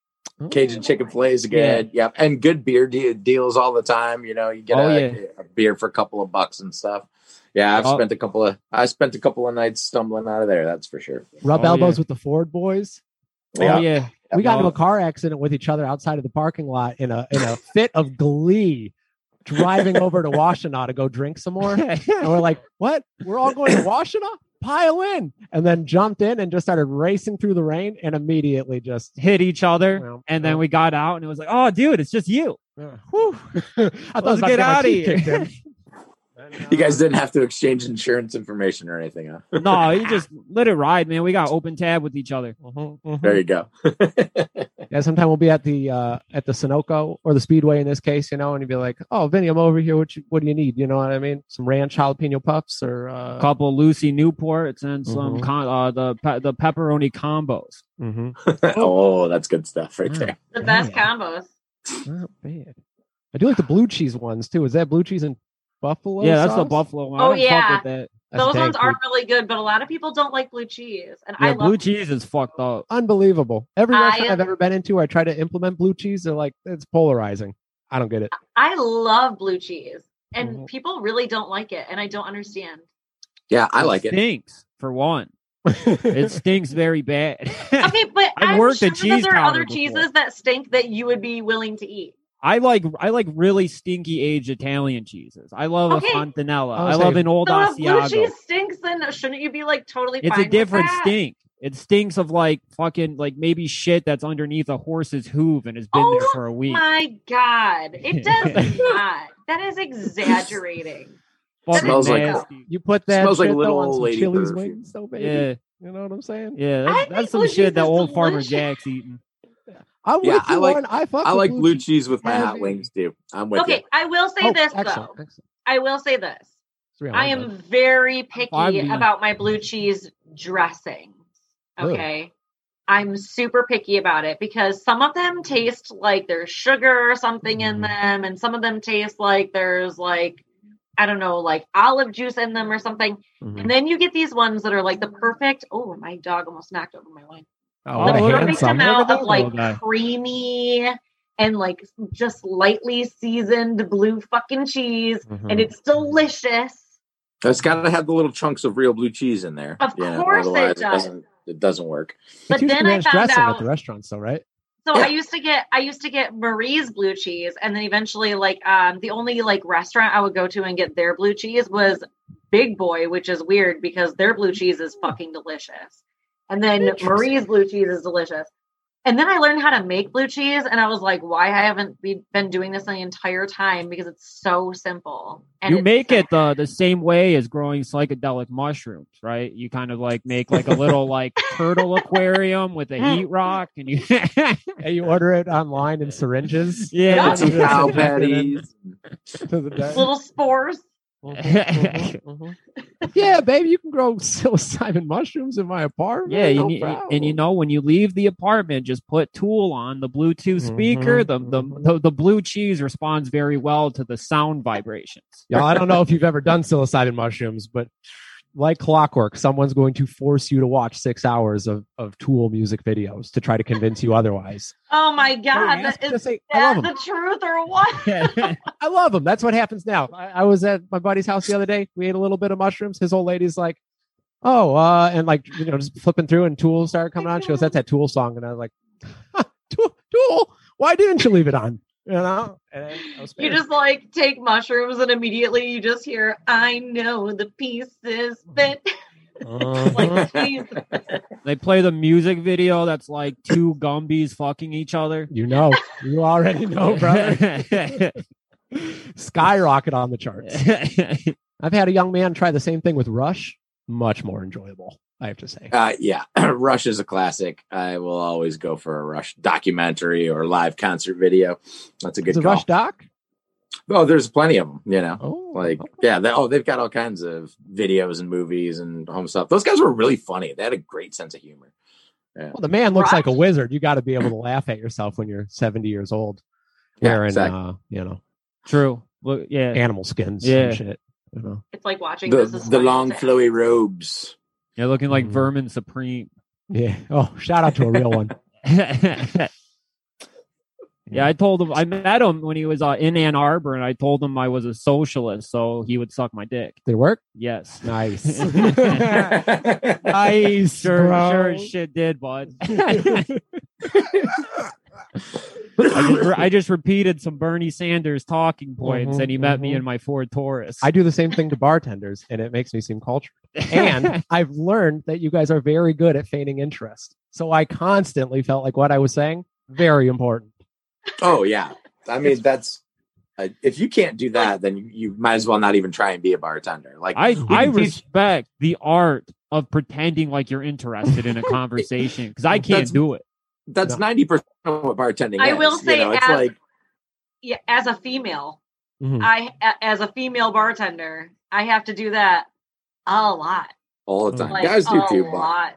S2: Cajun chicken fillets good. Yep. And good beer de- deals all the time. You know, you get
S4: Oh,
S2: a, a beer for a couple of bucks and stuff. Yeah, I've
S4: Oh.
S2: spent a couple of I spent a couple of nights stumbling out of there, that's for sure.
S5: Rub
S4: Oh,
S5: elbows
S4: yeah.
S5: with the Ford boys.
S4: Oh
S2: Yeah.
S4: yeah,
S5: We got into
S4: Oh.
S5: a car accident with each other outside of the parking lot in a in a fit of glee, driving over to Washtenaw to go drink some more. And we're like, "What? We're all going to Washtenaw? pile in, and then jumped in and just started racing through the rain and immediately just.
S4: hit each other,
S5: Well,
S4: and then we got out, and it was like, oh, dude, it's just you.
S5: Yeah. Whew. I thought I
S4: Let's get
S5: was about to get my
S4: outta
S5: teeth
S4: here.
S5: kicked in.
S2: You guys didn't have to exchange insurance information or anything, huh?
S4: No, you just let it ride, man. We got open tab with each other.
S5: Mhm,
S4: Mm-hmm.
S5: mhm.
S2: There you go.
S5: Yeah, sometime we'll be at the uh, at the Sunoco or the Speedway in this case, you know, and you'd be like, "Oh, Vinny, I'm over here. What you, what do you need? You know what I mean? Some ranch jalapeno puffs or
S4: A
S5: uh,
S4: couple Lucy Newports and some
S5: Mhm.
S4: con- uh, the pe- the pepperoni combos.
S5: mm-hmm.
S2: oh, that's good stuff right
S4: Mm.
S5: Yeah.
S2: there.
S3: The
S5: Yeah.
S3: best combos.
S5: not bad. Oh, I do like the blue cheese ones too. Is that blue cheese and buffalo?
S4: yeah, that's the
S5: sauce?
S4: buffalo one.
S3: Oh,
S4: I don't
S3: yeah.
S4: fuck with that.
S5: That's
S3: Those
S5: dang
S3: ones are
S5: good.
S3: really good, but a lot of people don't like blue cheese, and I
S4: Yeah,
S3: love
S4: blue cheese is fucked up.
S5: unbelievable. Every
S3: I
S5: restaurant
S3: am-
S5: I've ever been into, I try to implement blue cheese. They're like, it's polarizing. I don't get it.
S3: I love blue cheese, and
S4: Mm-hmm.
S5: Mhm.
S3: people really don't like it, and I don't understand.
S2: Yeah, I like it.
S4: Stinks for one. It stinks very bad.
S3: Okay, but
S4: I've
S3: I'm
S4: worked
S3: sure
S4: at cheese
S3: that there are
S4: counter
S3: other
S4: before.
S3: cheeses that stink that you would be willing to eat.
S4: I like I like really stinky aged Italian cheeses. I love
S3: Okay.
S4: a fontanella. I,
S5: I was
S4: love
S5: saying-
S4: an old
S3: So if blue
S4: Asiago.
S3: cheese stinks, then shouldn't you be like totally?
S4: It's
S3: fine
S4: a
S3: with
S4: different
S3: that?
S4: stink. It stinks of like fucking like maybe shit that's underneath a horse's hoof and has been there
S3: Oh
S4: for a week.
S3: My God, it does not. That is exaggerating.
S4: Fucking
S2: Smells like-
S4: nasty.
S5: you put that
S2: Smells like
S5: shit, though,
S2: little
S5: on
S2: old
S5: some
S2: lady
S5: Chili's
S2: perfume.
S5: wings, though, baby.
S4: Yeah,
S5: You know what I'm saying?
S4: yeah.
S3: I
S4: That's,
S3: think
S4: that's some
S3: blue cheese
S4: shit that
S3: is
S4: old Farmer
S3: delicious.
S4: Jack's eating.
S5: I'm
S2: Yeah,
S5: with you,
S2: I like-
S5: Lauren. I, fuck
S2: I
S5: with
S2: like blue
S5: cheese.
S2: cheese with my
S5: Heavy.
S2: hot wings too. I'm with
S3: Okay,
S2: you.
S3: I will say
S5: Oh,
S3: this
S5: excellent,
S3: though.
S5: excellent.
S3: I will say this.
S5: Three on
S3: I
S5: one,
S3: am very
S4: fine
S3: picky
S4: with you.
S3: about my blue cheese dressings.
S5: Ugh.
S3: Okay. I'm super picky about it because some of them taste like there's sugar or something in
S5: Mhm.
S3: them, and some of them taste like there's like, I don't know, like olive juice in them or something.
S5: bud. Mhm.
S3: And then you get these ones that are like the perfect, oh, my dog almost knocked over my wine.
S5: Oh,
S4: Oh,
S3: the
S5: what a
S4: look at
S3: perfect
S5: handsome. Look at
S3: amount of
S5: that
S3: like
S5: little guy.
S3: creamy and like just lightly seasoned blue fucking cheese, and
S5: Mhm.
S3: it's delicious.
S2: It's got to have the little chunks of real blue cheese in there.
S3: Of
S2: you know,
S3: course it
S2: otherwise
S3: does.
S2: doesn't. It doesn't work.
S3: But
S5: It's usually
S3: then I
S5: ranch
S3: found
S5: dressing at
S3: out-
S5: the restaurants, though, right?
S3: So
S2: Yeah.
S3: I used to get I used to get Marie's blue cheese, and then eventually, like um, the only like restaurant I would go to and get their blue cheese was Big Boy, which is weird because their blue cheese is fucking delicious, and then Marie's blue cheese is delicious. And then I learned how to make blue cheese, and I was like, why I haven't be- been doing this the entire time because it's so simple. And
S4: You
S3: it's
S4: make
S3: so-
S4: it the the same way as growing psychedelic mushrooms, right? You kind of like make like a little like turtle aquarium with a heat rock, and you
S5: And you order it online in syringes.
S4: Yeah.
S2: Got some
S5: You just
S2: cow
S5: inject it in
S2: patties.
S5: to the day.
S3: little spores.
S5: Mhm, mhm, mhm. yeah, baby, you can grow psilocybin mushrooms in my apartment.
S4: yeah. You
S5: no
S4: need,
S5: problem.
S4: and you know when you leave the apartment, just put Tool on the Bluetooth speaker.
S5: Mhm,
S4: The, the
S5: mhm.
S4: the the blue cheese responds very well to the sound vibrations.
S5: Y'all, I don't know if you've ever done psilocybin mushrooms, but like clockwork, someone's going to force you to watch six hours of, of Tool music videos to try to convince you otherwise.
S3: Oh my god,
S5: Ask-
S3: that is
S5: just say, I love
S3: that
S5: 'em.
S3: the truth or what?
S5: I love them. That's what happens now. I, I was at my buddy's house the other day. We ate a little bit of mushrooms. His old lady's like, "Oh," uh, and like you know, just flipping through, and Tool started coming on. She goes, "That's that Tool song," and I was like, "Tool, Tool, why didn't you leave it on?" You know, and I was
S3: You
S5: pissed.
S3: just like take mushrooms and immediately you just hear, I know the pieces fit.
S2: Uh-huh.
S3: like, please.
S4: They play the music video that's like two Gumbies fucking each other.
S5: you know, you already know, brother. Skyrocket on the charts. I've had a young man try the same thing with Rush. Much more enjoyable, I have to say.
S2: Uh, yeah, Rush is a classic. I will always go for a Rush documentary or live concert video. That's a good
S5: Is it
S2: call.
S5: Rush Doc?
S2: oh, there's plenty of them. You know,
S5: Oh,
S2: like
S5: okay.
S2: yeah, they, oh, they've got all kinds of videos and movies and home stuff. Those guys were really funny. They had a great sense of humor.
S5: Well, the man looks like a
S3: Rush?
S5: wizard. You got to be able to laugh at yourself when you're 70 years old,
S2: Yeah,
S5: wearing
S2: exactly.
S5: uh, you know
S4: True. Look, yeah.
S5: animal skins
S4: Yeah.
S5: and shit. You know,
S3: It's like watching
S2: The
S3: this is
S2: the
S3: Fine
S2: long
S3: Dance.
S2: flowy robes.
S4: You're looking like
S5: Mhm.
S4: Vermin Supreme.
S5: yeah. Oh, shout out to a real one.
S4: yeah, I told him I met him when he was uh, in Ann Arbor, and I told him I was a socialist, so he would suck my dick.
S5: Did it work?
S4: Yes.
S5: Nice,
S2: I
S5: nice,
S4: Sure,
S5: bro.
S4: sure, as shit did, bud. I just, I just repeated some Bernie Sanders talking points,
S5: Mhm,
S4: and he met me
S5: mhm.
S4: in my Ford Taurus.
S5: I do the same thing to bartenders, and it makes me seem cultured. And I've learned that you guys are very good at feigning interest. So I constantly felt like what I was saying very important.
S2: Oh yeah, I mean that's uh, if you can't do that, then you, you might as well not even try and be a bartender. Like
S4: I,
S2: you
S4: I
S2: can teach-
S4: respect the art of pretending like you're interested in a conversation because I can't
S2: That's-
S4: do it.
S2: that's
S5: No.
S2: ninety percent of what bartending.
S3: I
S2: is,
S3: will say
S2: you know, it's
S3: as-
S2: like
S3: yeah, as a female,
S5: Mhm.
S3: I a- as a female bartender, I have to do that a lot.
S2: all
S4: Mm.
S2: the time.
S3: Like,
S2: Guys do
S3: a
S2: too, but
S3: lot.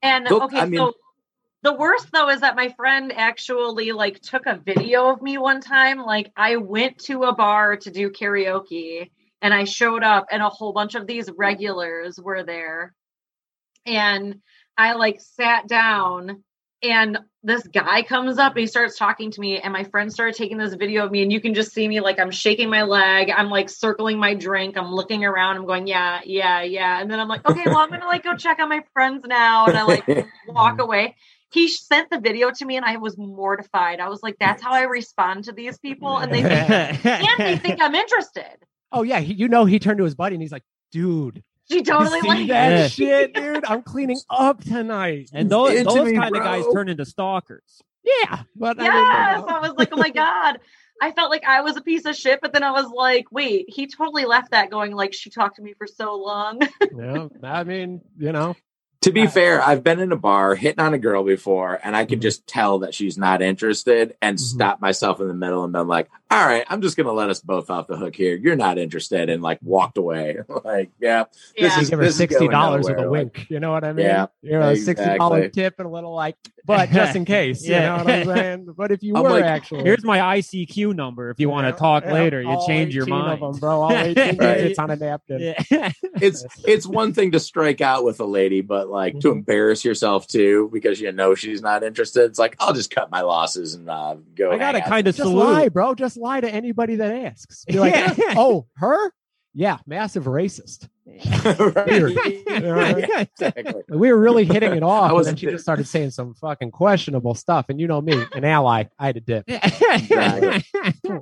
S3: And
S2: Look,
S3: okay,
S2: I mean-
S3: so the worst though is that my friend actually like took a video of me one time. Like I went to a bar to do karaoke and I showed up and a whole bunch of these regulars were there. And I like sat down and this guy comes up and he starts talking to me and my friend started taking this video of me and you can just see me like i'm shaking my leg i'm like circling my drink i'm looking around i'm going yeah yeah yeah and then i'm like okay well i'm gonna like go check on my friends now and i like walk away he sent the video to me and i was mortified i was like that's how i respond to these people and they think, and they think i'm interested
S5: Oh yeah, he, you know he turned to his buddy and he's like, "Dude,
S3: she totally
S5: you see
S3: liked
S5: that
S4: Yeah.
S5: shit, dude? I'm cleaning up tonight."
S4: and those,
S2: Into
S4: those
S2: me,
S4: kind of
S2: bro.
S4: guys turn into stalkers.
S5: yeah, but I mean,
S3: Yes, I was like, oh my god. I felt like I was a piece of shit, but then I was like, wait, he totally left that going like she talked to me for so long.
S5: yeah, I mean, you know,
S2: to be fair, I've been in a bar hitting on a girl before, and
S4: Mm-hmm.
S2: I could just tell that she's not interested, and
S5: Mhm.
S2: stop myself in the middle and been like, "All right, I'm just gonna let us both off the hook here. You're not interested," and like walked away. like, yeah, This
S3: yeah.
S5: you
S2: is-
S5: give her sixty dollars with
S2: going
S5: a
S2: nowhere,
S5: wink. you know what I mean?
S2: Yeah,
S5: you know, a sixty dollar
S2: exactly.
S5: tip and a little like, but just in case,
S4: Yeah.
S5: you know what I'm saying. But if you
S2: I'm
S5: were
S2: like,
S5: actually,
S4: Here's my ICQ number if you want
S5: Yeah,
S4: to talk
S5: yeah,
S4: later. You
S5: all
S4: change your
S5: 18 of
S4: mind.
S5: them, bro. All 18
S2: Right.
S5: digits on a napkin.
S4: Yeah.
S2: it's it's one thing to strike out with a lady, but like to
S4: Mm-hmm.
S5: Mhm.
S2: embarrass yourself too because you know she's not interested. It's like I'll just cut my losses and uh, go.
S4: I got to
S2: hang out.
S4: kind of
S5: Just lie,
S4: salute.
S5: bro. Just lie to anybody that asks. Be like,
S4: Yeah.
S5: oh, her? Yeah, massive racist.
S2: Right.
S5: Yeah.
S2: Exactly.
S5: We were really hitting it off,
S2: I
S5: and
S2: wasn't
S5: then she
S2: there.
S5: just started saying some fucking questionable stuff. And you know me, an ally, I had a dip.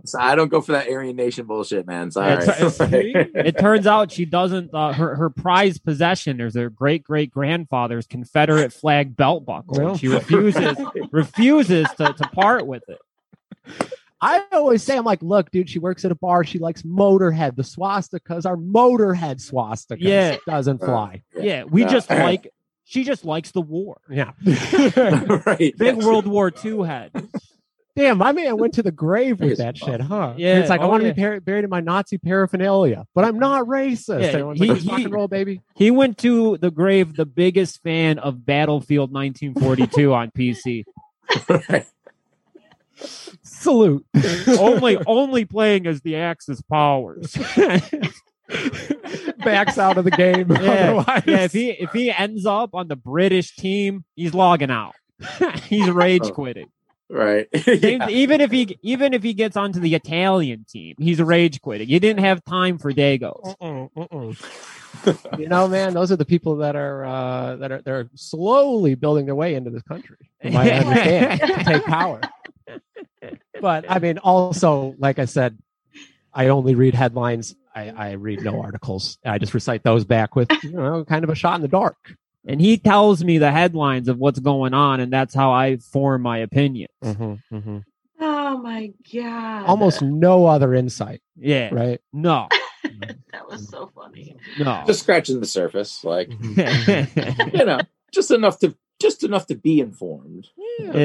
S2: So I don't go for that Aryan Nation bullshit, man. Sorry.
S4: It's- it turns out she doesn't. Uh, her her prized possession is her great great grandfather's Confederate flag belt buckle.
S5: Well.
S4: and she refuses refuses to, to part with it.
S5: I always say, I'm like, look, dude, she works at a bar. She likes Motorhead. The swastikas are Motorhead swastikas.
S4: Yeah.
S5: doesn't
S2: Right.
S5: fly.
S2: Yeah.
S4: Yeah, we
S2: Yeah.
S4: just like she just likes the war.
S5: Yeah.
S2: right.
S4: Big
S2: yes.
S4: World War II head.
S5: Damn, my man went to the grave with
S2: Yes.
S5: that shit, huh?
S4: Yeah.
S5: it's like I
S4: Oh,
S5: want to
S4: yeah.
S5: be par- buried in my Nazi paraphernalia, but I'm not racist.
S4: Yeah,
S5: Everyone's
S4: he-
S5: like, rock
S4: he-
S5: and roll, baby.
S4: He went to the grave the biggest fan of Battlefield 1942 on PC.
S2: Right.
S5: Salute.
S4: Only only playing as the Axis powers.
S5: Backs out of the game.
S4: Yeah,
S5: Otherwise,
S4: yeah, if he if he ends up on the British team, he's logging out. he's rage quitting.
S2: Right.
S4: Even-
S2: Yeah.
S4: Even if he even if he gets onto the Italian team, he's rage quitting. You didn't have time for Dago.
S5: Mm-mm, mm-mm. you know, man, those are the people that are uh, that are they're slowly building their way into this country. From what I understand to take power. But I mean, also, like I said, I only read headlines. I, I read no articles. I just recite those back with you know, kind of a shot in the dark.
S4: And he tells me the headlines of what's going on, and that's how I form my opinion.
S5: Mm.
S3: Oh my god.
S5: Almost no other insight,
S4: Yeah.
S5: right?
S4: No.
S3: that was so funny.
S4: No.
S2: Just scratching the surface, like
S4: yeah.
S2: you know, just enough to just enough to be informed.
S5: Now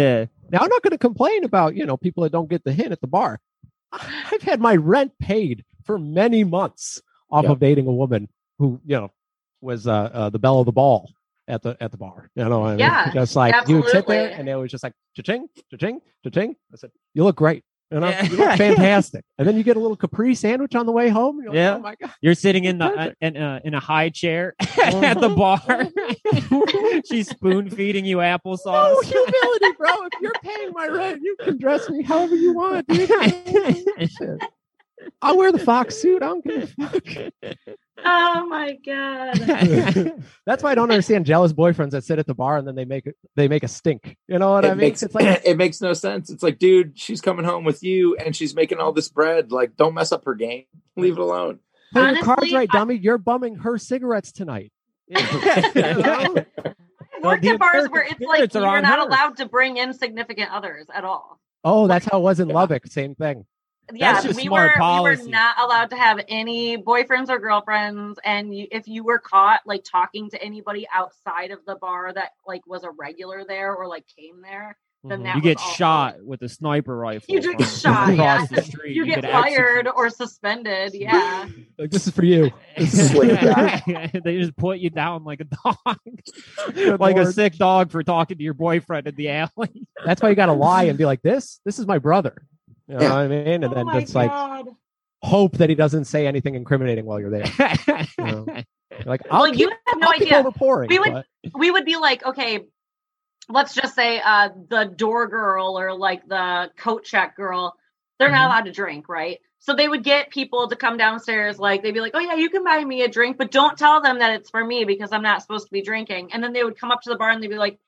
S5: I'm not going to complain about you know people that don't get the hint at the bar. I- I've had my rent paid for many months off
S2: Yeah.
S5: of dating a woman who you know was uh, uh, the belle of the ball at the at the bar. You know, what I mean?
S3: Yeah,
S5: just like you would sit there
S3: absolutely.
S5: and it was just like cha-ching, cha-ching, cha-ching. I said, "You look great." You know,
S4: Yeah.
S5: you look fantastic. And then you get a little Capri sandwich on the way home. and you're like,
S4: Yeah.
S5: oh my god.
S4: You're sitting in the uh,
S5: Perfect. Uh-huh.
S4: in a, in a high chair at the bar. She's spoon feeding
S5: Oh,
S4: you
S5: No
S4: applesauce.
S5: humility, bro. If you're paying my rent, you can dress me however you want, dude. I'll wear the fox suit. I don't give a fuck.
S3: Oh my god.
S5: That's why I don't understand jealous boyfriends that sit at the bar and then they make they make a stink. You know what I
S2: it
S5: mean?
S2: makes
S5: it's like
S2: it makes no sense. It's like, dude, she's coming home with you, and she's making all this bread. Like, don't mess up her game. Leave it alone.
S5: play your cards
S3: Honestly,
S5: right,
S3: I-
S5: dummy. You're bumming her cigarettes tonight.
S3: I've
S4: Well,
S3: worked
S4: the
S3: at bars where
S4: American
S3: it's like
S4: spirits are
S3: you're
S4: on
S3: not
S4: her.
S3: allowed to bring in significant others at all.
S5: Oh, that's how it was in Lubbock. Same thing.
S3: Yeah,
S4: That's just
S3: we
S4: smart
S3: were we
S4: policy.
S3: were not allowed to have any boyfriends or girlfriends, and you, if you were caught like talking to anybody outside of the bar that like was a regular there or like came there, then that
S4: you
S3: was
S4: get
S3: awful.
S4: shot with a sniper rifle.
S3: You get
S4: from
S3: shot,
S4: across
S3: yeah.
S4: the street.
S3: You, get, fired or suspended. Yeah,
S5: Like this is for you.
S2: Swear to
S4: executed. they just put you down like a dog, like a
S5: Lord.
S4: sick dog for talking to your boyfriend in the alley.
S5: That's why you got to lie and be like this. This is my brother. You know
S2: Yeah.
S5: what I mean? And
S3: oh
S5: then
S3: my
S5: it's like
S3: God.
S5: hope that he doesn't say anything incriminating while you're there. You're like I'll
S3: well, you
S5: keep-
S3: have no
S5: I'll keep
S3: idea.
S5: overpouring,
S3: We would-
S5: but-
S3: we would be like, okay, let's just say uh, the door girl or like the coat check girl, they're
S5: Mhm.
S3: not allowed to drink, right? So they would get people to come downstairs, like they'd be like, oh yeah, you can buy me a drink, but don't tell them that it's for me because I'm not supposed to be drinking. And then they would come up to the bar and they'd be like,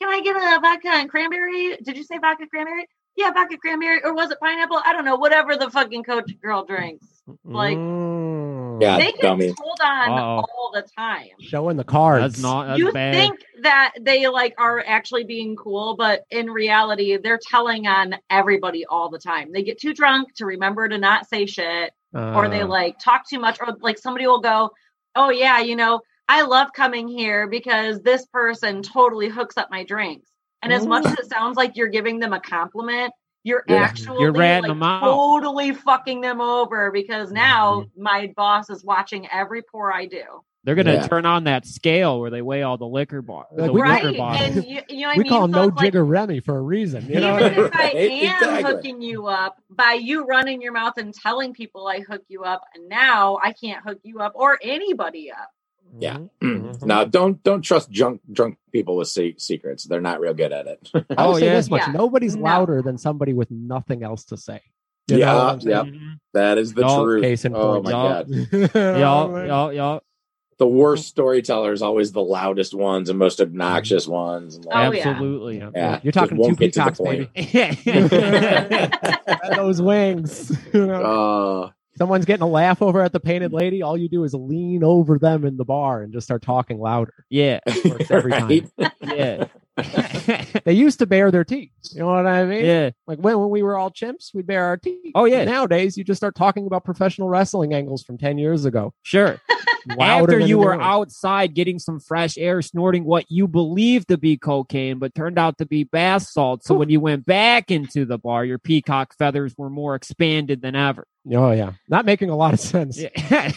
S3: can I get a vodka and cranberry? Did you say vodka cranberry? Yeah, vodka cranberry, or was it pineapple? I don't know. Whatever the fucking coach girl drinks, like-
S5: Mm.
S2: Yeah.
S3: they can
S2: dummy.
S3: hold on
S4: Uh-oh.
S3: all the time
S5: showing the cards.
S4: that's not. That's
S3: you
S4: bad.
S3: think that they like are actually being cool but in reality they're telling on everybody all the time they get too drunk to remember to not say shit or they
S5: Uh,
S3: like talk too much or like somebody will go oh yeah you know i love coming here because this person totally hooks up my drinks and as much as it sounds like you're giving them a compliment you're
S2: Yeah.
S3: actually
S4: You're ratting
S3: like,
S4: them out.
S3: totally fucking them over because now
S5: Mm-hmm.
S3: my boss is watching every pour i do
S4: They're gonna
S2: Yeah.
S4: turn on that scale where they weigh all the liquor bar,
S5: Like,
S4: the
S5: we-
S4: liquor
S3: right
S4: bottles.
S3: and you, you know what
S5: we
S3: I mean?
S5: call him
S3: So
S5: no
S3: it's like,
S5: jigger Remy for a reason. You know,
S3: even if I
S2: Right,
S3: am
S2: exactly.
S3: hooking you up by you running your mouth and telling people I hook you up, and now I can't hook you up or anybody up.
S2: Yeah.
S5: Mhm.
S2: No, Mm. don't don't trust drunk drunk people with se- secrets. They're not real good at it.
S5: I will
S4: Oh,
S5: say
S4: yeah.
S5: this much:
S3: Yeah.
S5: nobody's
S3: No.
S5: louder than somebody with nothing else to say. You
S2: Yeah,
S5: know what I'm saying?
S2: yeah. that is the
S4: No,
S2: truth.
S5: Case in
S2: oh
S5: point.
S2: my
S4: No.
S2: god,
S5: Oh,
S4: Y'all, y'all, y'all.
S2: the worst storyteller is always the loudest ones and most obnoxious ones. and, like,
S3: Oh, yeah.
S4: absolutely.
S2: yeah,
S5: You're
S2: just
S5: talking two
S2: won't get to the
S5: peacocks,
S2: point.
S5: baby.
S4: Yeah.
S5: Those wings. you know?
S2: Uh,
S5: Someone's getting a laugh over at the painted lady. All you do is lean over them in the bar and just start talking louder.
S4: yeah.
S5: Works every
S2: right?
S4: Yeah.
S5: They used to bare their teeth. You know what I mean?
S4: yeah.
S5: Like when, when we were all chimps, we bare our teeth.
S4: Oh, yeah.
S5: Nowadays, you just start talking about professional wrestling angles from 10 years ago.
S4: Sure.
S5: Louder
S4: After
S5: than
S4: you were
S5: anyone else.
S4: outside getting some fresh air, snorting what you believed to be cocaine, but turned out to be bath salts. So when you went back into the bar, your peacock feathers were more expanded than ever.
S5: Oh, yeah. Not making a lot of sense,
S4: Yeah.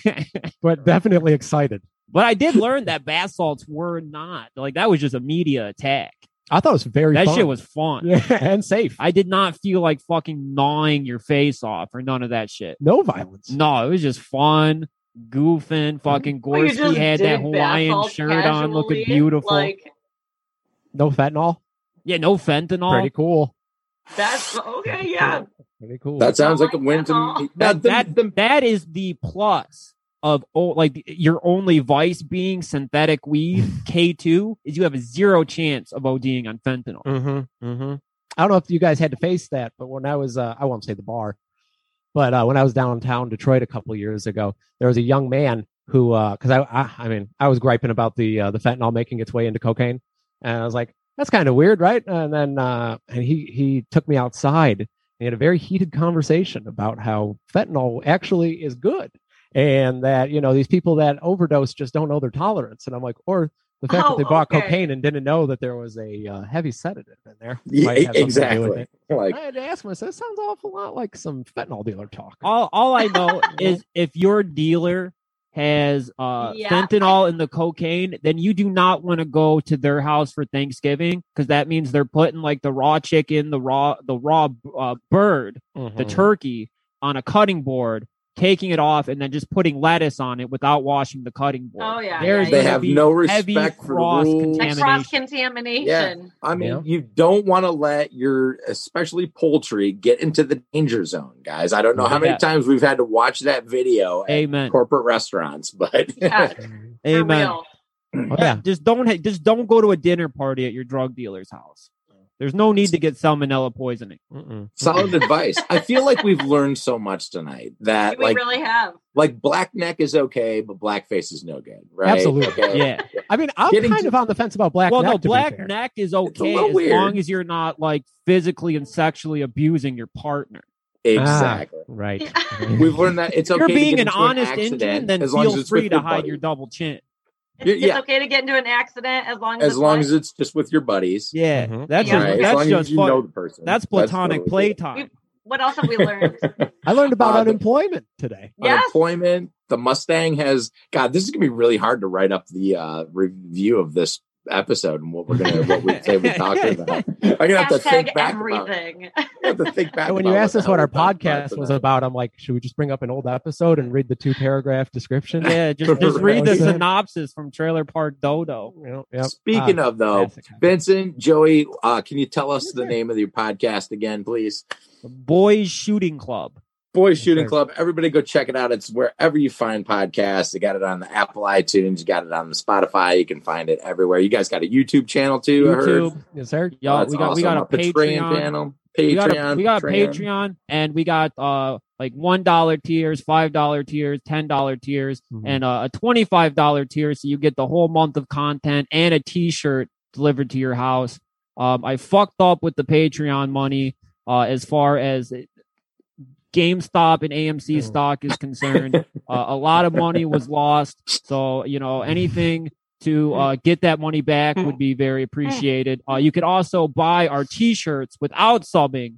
S5: but definitely excited.
S4: but I did learn that bath salts were not like that was just a media attack.
S5: I thought it was very
S4: That
S5: fun.
S4: shit was fun.
S5: Yeah, and safe.
S4: I did not feel like fucking gnawing your face off or none of that shit.
S5: no violence.
S4: No, it was just fun, goofing, fucking
S3: Well, Oh, you
S4: Gorsky
S3: just
S4: had that
S3: did
S4: Hawaiian
S3: basalt
S4: shirt on,
S3: casually,
S4: looking beautiful.
S3: Like
S5: No fentanyl.
S4: yeah, no fentanyl.
S5: Pretty cool.
S3: that's okay. Yeah,
S5: Pretty cool.
S2: That sounds like a win
S3: That's all.
S2: to me. Now,
S4: that,
S2: the-
S4: that,
S2: the-
S4: that is the plus of oh, like your only vice being synthetic weed K2 is you have a zero chance of ODing on fentanyl.
S5: Mm-hmm. Mm-hmm. I don't know if you guys had to face that, but when I was, uh, I won't say the bar, but uh, when I was downtown Detroit a couple years ago, there was a young man who, because I, I, I mean, I was griping about the uh, the fentanyl making its way into cocaine, and I was like, that's kind of weird, right? And then, uh, and he he took me outside. and He had a very heated conversation about how fentanyl actually is good, and that you know these people that overdose just don't know their tolerance. And I'm like, or the fact
S3: Oh,
S5: that they bought
S3: okay.
S5: cocaine and didn't know that there was a uh, heavy sedative in there.
S2: Yeah,
S5: Might have something to do with
S2: exactly.
S5: it.
S2: Like
S5: I had to ask myself. That sounds awful lot like some fentanyl dealer talk.
S4: All all I know is if your dealer has uh,
S3: Yeah.
S4: fentanyl in the cocaine, then you do not want to go to their house for Thanksgiving because that means they're putting like the raw
S5: Mm-hmm. Hmm.
S4: chicken, the raw the raw uh, bird, the turkey on a cutting board taking it off and then just putting lettuce on it without washing the cutting board.
S3: Oh, yeah,
S4: There's
S3: yeah,
S2: they
S3: yeah.
S2: have
S4: heavy-
S2: no
S4: heavy
S2: respect for the
S4: cross
S2: rules.
S3: Like
S4: contamination.
S3: cross contamination.
S2: I mean,
S5: Yeah.
S2: you don't want to let your, especially poultry, get into the danger zone, guys. I don't know how many
S4: Yeah.
S2: times we've had to watch that video at
S4: Amen.
S2: corporate restaurants, but
S3: Yeah. For
S4: Amen.
S3: real.
S5: Oh, yeah.
S4: Just don't ha- just don't go to a dinner party at your drug dealer's house. There's no need to get salmonella poisoning.
S5: Mm-mm.
S2: solid advice. I feel like we've learned so much tonight that,
S3: We
S2: like,
S3: really have.
S2: like black neck is okay, but blackface is no good, right?
S5: Absolutely.
S2: Okay.
S4: Yeah.
S5: I mean, I'm
S2: Getting
S5: kind
S2: to-
S5: of on the fence about black
S4: well,
S5: neck.
S4: no,
S5: to be
S4: black
S5: fair.
S4: neck is
S2: a
S4: okay
S2: little
S4: as
S2: weird.
S4: long as you're not like physically and sexually abusing your partner.
S2: Exactly.
S5: Right.
S2: We've learned that it's
S4: If
S2: okay.
S4: you're
S2: to
S4: being
S2: get
S4: an
S2: into
S4: honest
S2: an accident,
S4: Indian, then
S2: as long
S4: feel
S2: as it's
S4: free
S2: with
S4: to
S2: your
S4: hide
S2: buddy.
S4: your double chin.
S3: It's, it's
S2: Yeah.
S3: okay to get into an accident as long as,
S2: as
S3: it's
S2: long
S3: fine.
S2: as it's just with your buddies.
S4: Yeah,
S5: Mhm.
S4: that's
S3: Yeah.
S4: just
S2: Right, as
S4: that's
S2: long
S4: just
S2: as you
S4: fun-
S2: know the person.
S4: that's platonic
S2: totally good.
S4: playtime.
S3: what else have we learned?
S5: I learned about
S2: Uh, the-
S5: unemployment today.
S3: yes.
S2: Unemployment. The Mustang has. God, this is gonna be really hard to write up the uh, review of this episode and what we're gonna what we say we talked about. I'm gonna have to
S3: Hashtag
S2: think back. About,
S3: everything.
S2: I have to think back.
S5: And when
S2: about
S5: you asked
S2: the
S5: us what our
S2: hell we talked
S5: podcast was
S2: tonight.
S5: about, I'm like, should we just bring up an old episode and read the two paragraph description?
S4: Yeah, just just
S2: Right.
S4: read the
S5: Yeah.
S4: synopsis from Trailer Park Dodo. Ah,
S5: You know, yep.
S2: Speaking of though,
S4: Classic.
S2: Vincent, Joey, uh, can you tell us the name of your podcast again, please?
S4: The Boys Shooting Club.
S2: Boys Shooting
S5: right.
S2: Club. Everybody go check it out. It's wherever you find podcasts. They got it on the Apple iTunes. You got it on the Spotify. You can find it everywhere. You guys got a YouTube channel too. I heard.
S4: YouTube.
S5: Yes, sir.
S4: Y'all,
S2: That's
S4: we got we got
S2: awesome.
S4: a Patreon.
S2: channel. Patreon.
S4: We got a, we got a
S2: Patreon.
S4: Patreon, and we got uh like one dollar tiers, five dollar tiers, ten dollar tiers,
S5: Mhm.
S4: and uh, a twenty five dollar tier. So you get the whole month of content and a T shirt delivered to your house. Um, I fucked up with the Patreon money uh, as far as it- GameStop and AMC stock is concerned. uh, a lot of money was lost, so you know anything to uh, get that money back would be very appreciated. Uh, you could also buy our T-shirts without subbing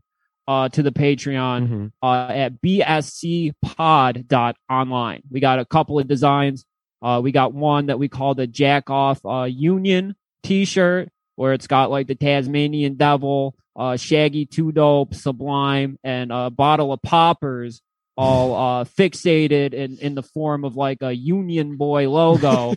S4: uh, to the Patreon
S5: Mhm.
S4: uh, at bscpod.online. We got a couple of designs. Uh, we got one that we call the Jack Off uh, Union t shirt, where it's got like the Tasmanian Devil, uh, Shaggy Two Dope, Sublime, and a bottle of poppers all uh, fixated in, in the form of like a Union Boy logo.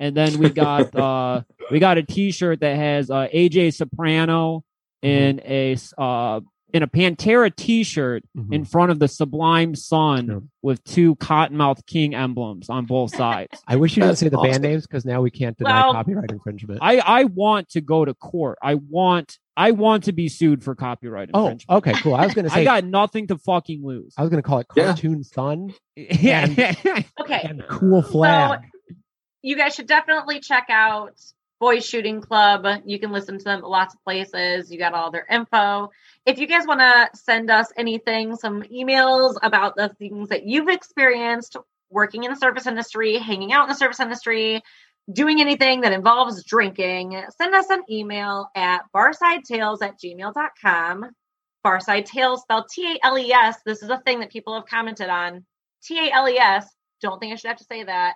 S4: and then we got uh, we got a t shirt that has uh, AJ Soprano in a s- uh, in a Pantera t shirt
S5: Mhm.
S4: in front of the Sublime Sun
S5: Sure.
S4: with two Cottonmouth King emblems on both sides.
S5: I wish you didn't
S2: That's
S5: say the
S2: awesome.
S5: band names because now we can't deny
S3: Well-
S5: copyright infringement.
S4: I, I want to go to court. I want I want to be sued for copyright
S5: oh,
S4: infringement.
S5: okay, cool. I was gonna say
S4: I
S5: I,
S4: got nothing to fucking lose.
S5: was gonna call it
S2: Yeah.
S5: cartoon sun
S4: Yeah.
S3: Okay.
S5: and cool flag.
S3: you guys should definitely check out Boys Shooting Club. You can listen to them at lots of places. You got all their info. If you guys want to send us anything, some emails about the things that you've experienced working in the service industry, hanging out in the service industry, doing anything that involves drinking, send us an email at barsidetales at gmail.com. Barside Tales spelled T A L E S. This is a thing that people have commented on. T A L E S. Don't think I should have to say that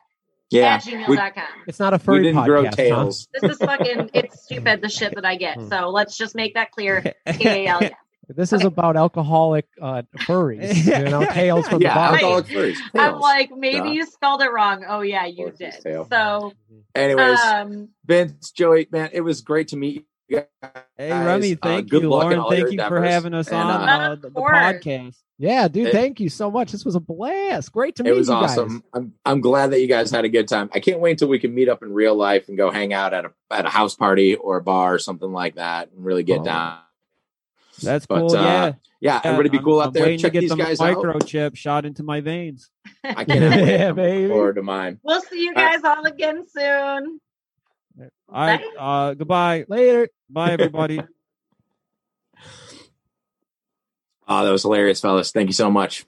S2: Yeah.
S3: at
S2: We,
S3: gmail.com.
S5: It's not a
S2: we
S5: furry
S2: didn't
S5: podcast.
S2: grow
S5: huh?
S2: tails.
S3: This is fucking, it's stupid, the shit that I get.
S2: Hmm.
S3: So let's just make that clear. T-A-L, yeah.
S5: This is about alcoholic uh, furries. You know, tails from
S2: Yeah.
S5: the bar.
S3: alcohol-
S2: Alcoholic furries.
S3: I'm
S2: Tails.
S3: like, maybe
S2: Duh.
S3: you spelled it wrong. Oh, yeah, you
S2: Horse's
S3: did.
S2: tail.
S3: So,
S2: Anyways,
S3: um,
S2: Vince, Joey, man, it was great to meet you. Guys.
S4: Hey
S2: Guys,
S4: Remy,
S2: uh,
S4: thank
S2: good
S4: you,
S2: luck in
S4: Lauren.
S2: all
S4: Thank
S2: your
S4: you for
S2: endeavors.
S4: having us
S2: And,
S4: on
S2: uh,
S4: uh,
S3: Of
S4: the, the
S3: course.
S4: podcast.
S5: Yeah, dude,
S2: It-
S5: thank you so much. This was a blast. Great to meet
S2: It was
S5: you guys.
S2: awesome. I'm I'm glad that you guys had a good time. I can't wait until we can meet up in real life and go hang out at a at a house party or a bar or something like that and really get
S5: Oh.
S2: down.
S4: That's
S2: But,
S4: cool.
S2: uh,
S4: yeah.
S2: Yeah, everybody be
S4: I'm-
S2: cool
S4: I'm
S2: out there.
S4: waiting
S2: Check
S4: to get
S2: these
S4: the
S2: guys out.
S4: microchip shot into my veins.
S2: I can't wait.
S5: yeah, baby.
S2: forward to mine.
S3: we'll see you guys all again soon.
S4: All right. Uh, goodbye. Later. Bye, everybody.
S2: Oh, that was hilarious, fellas. Thank you so much.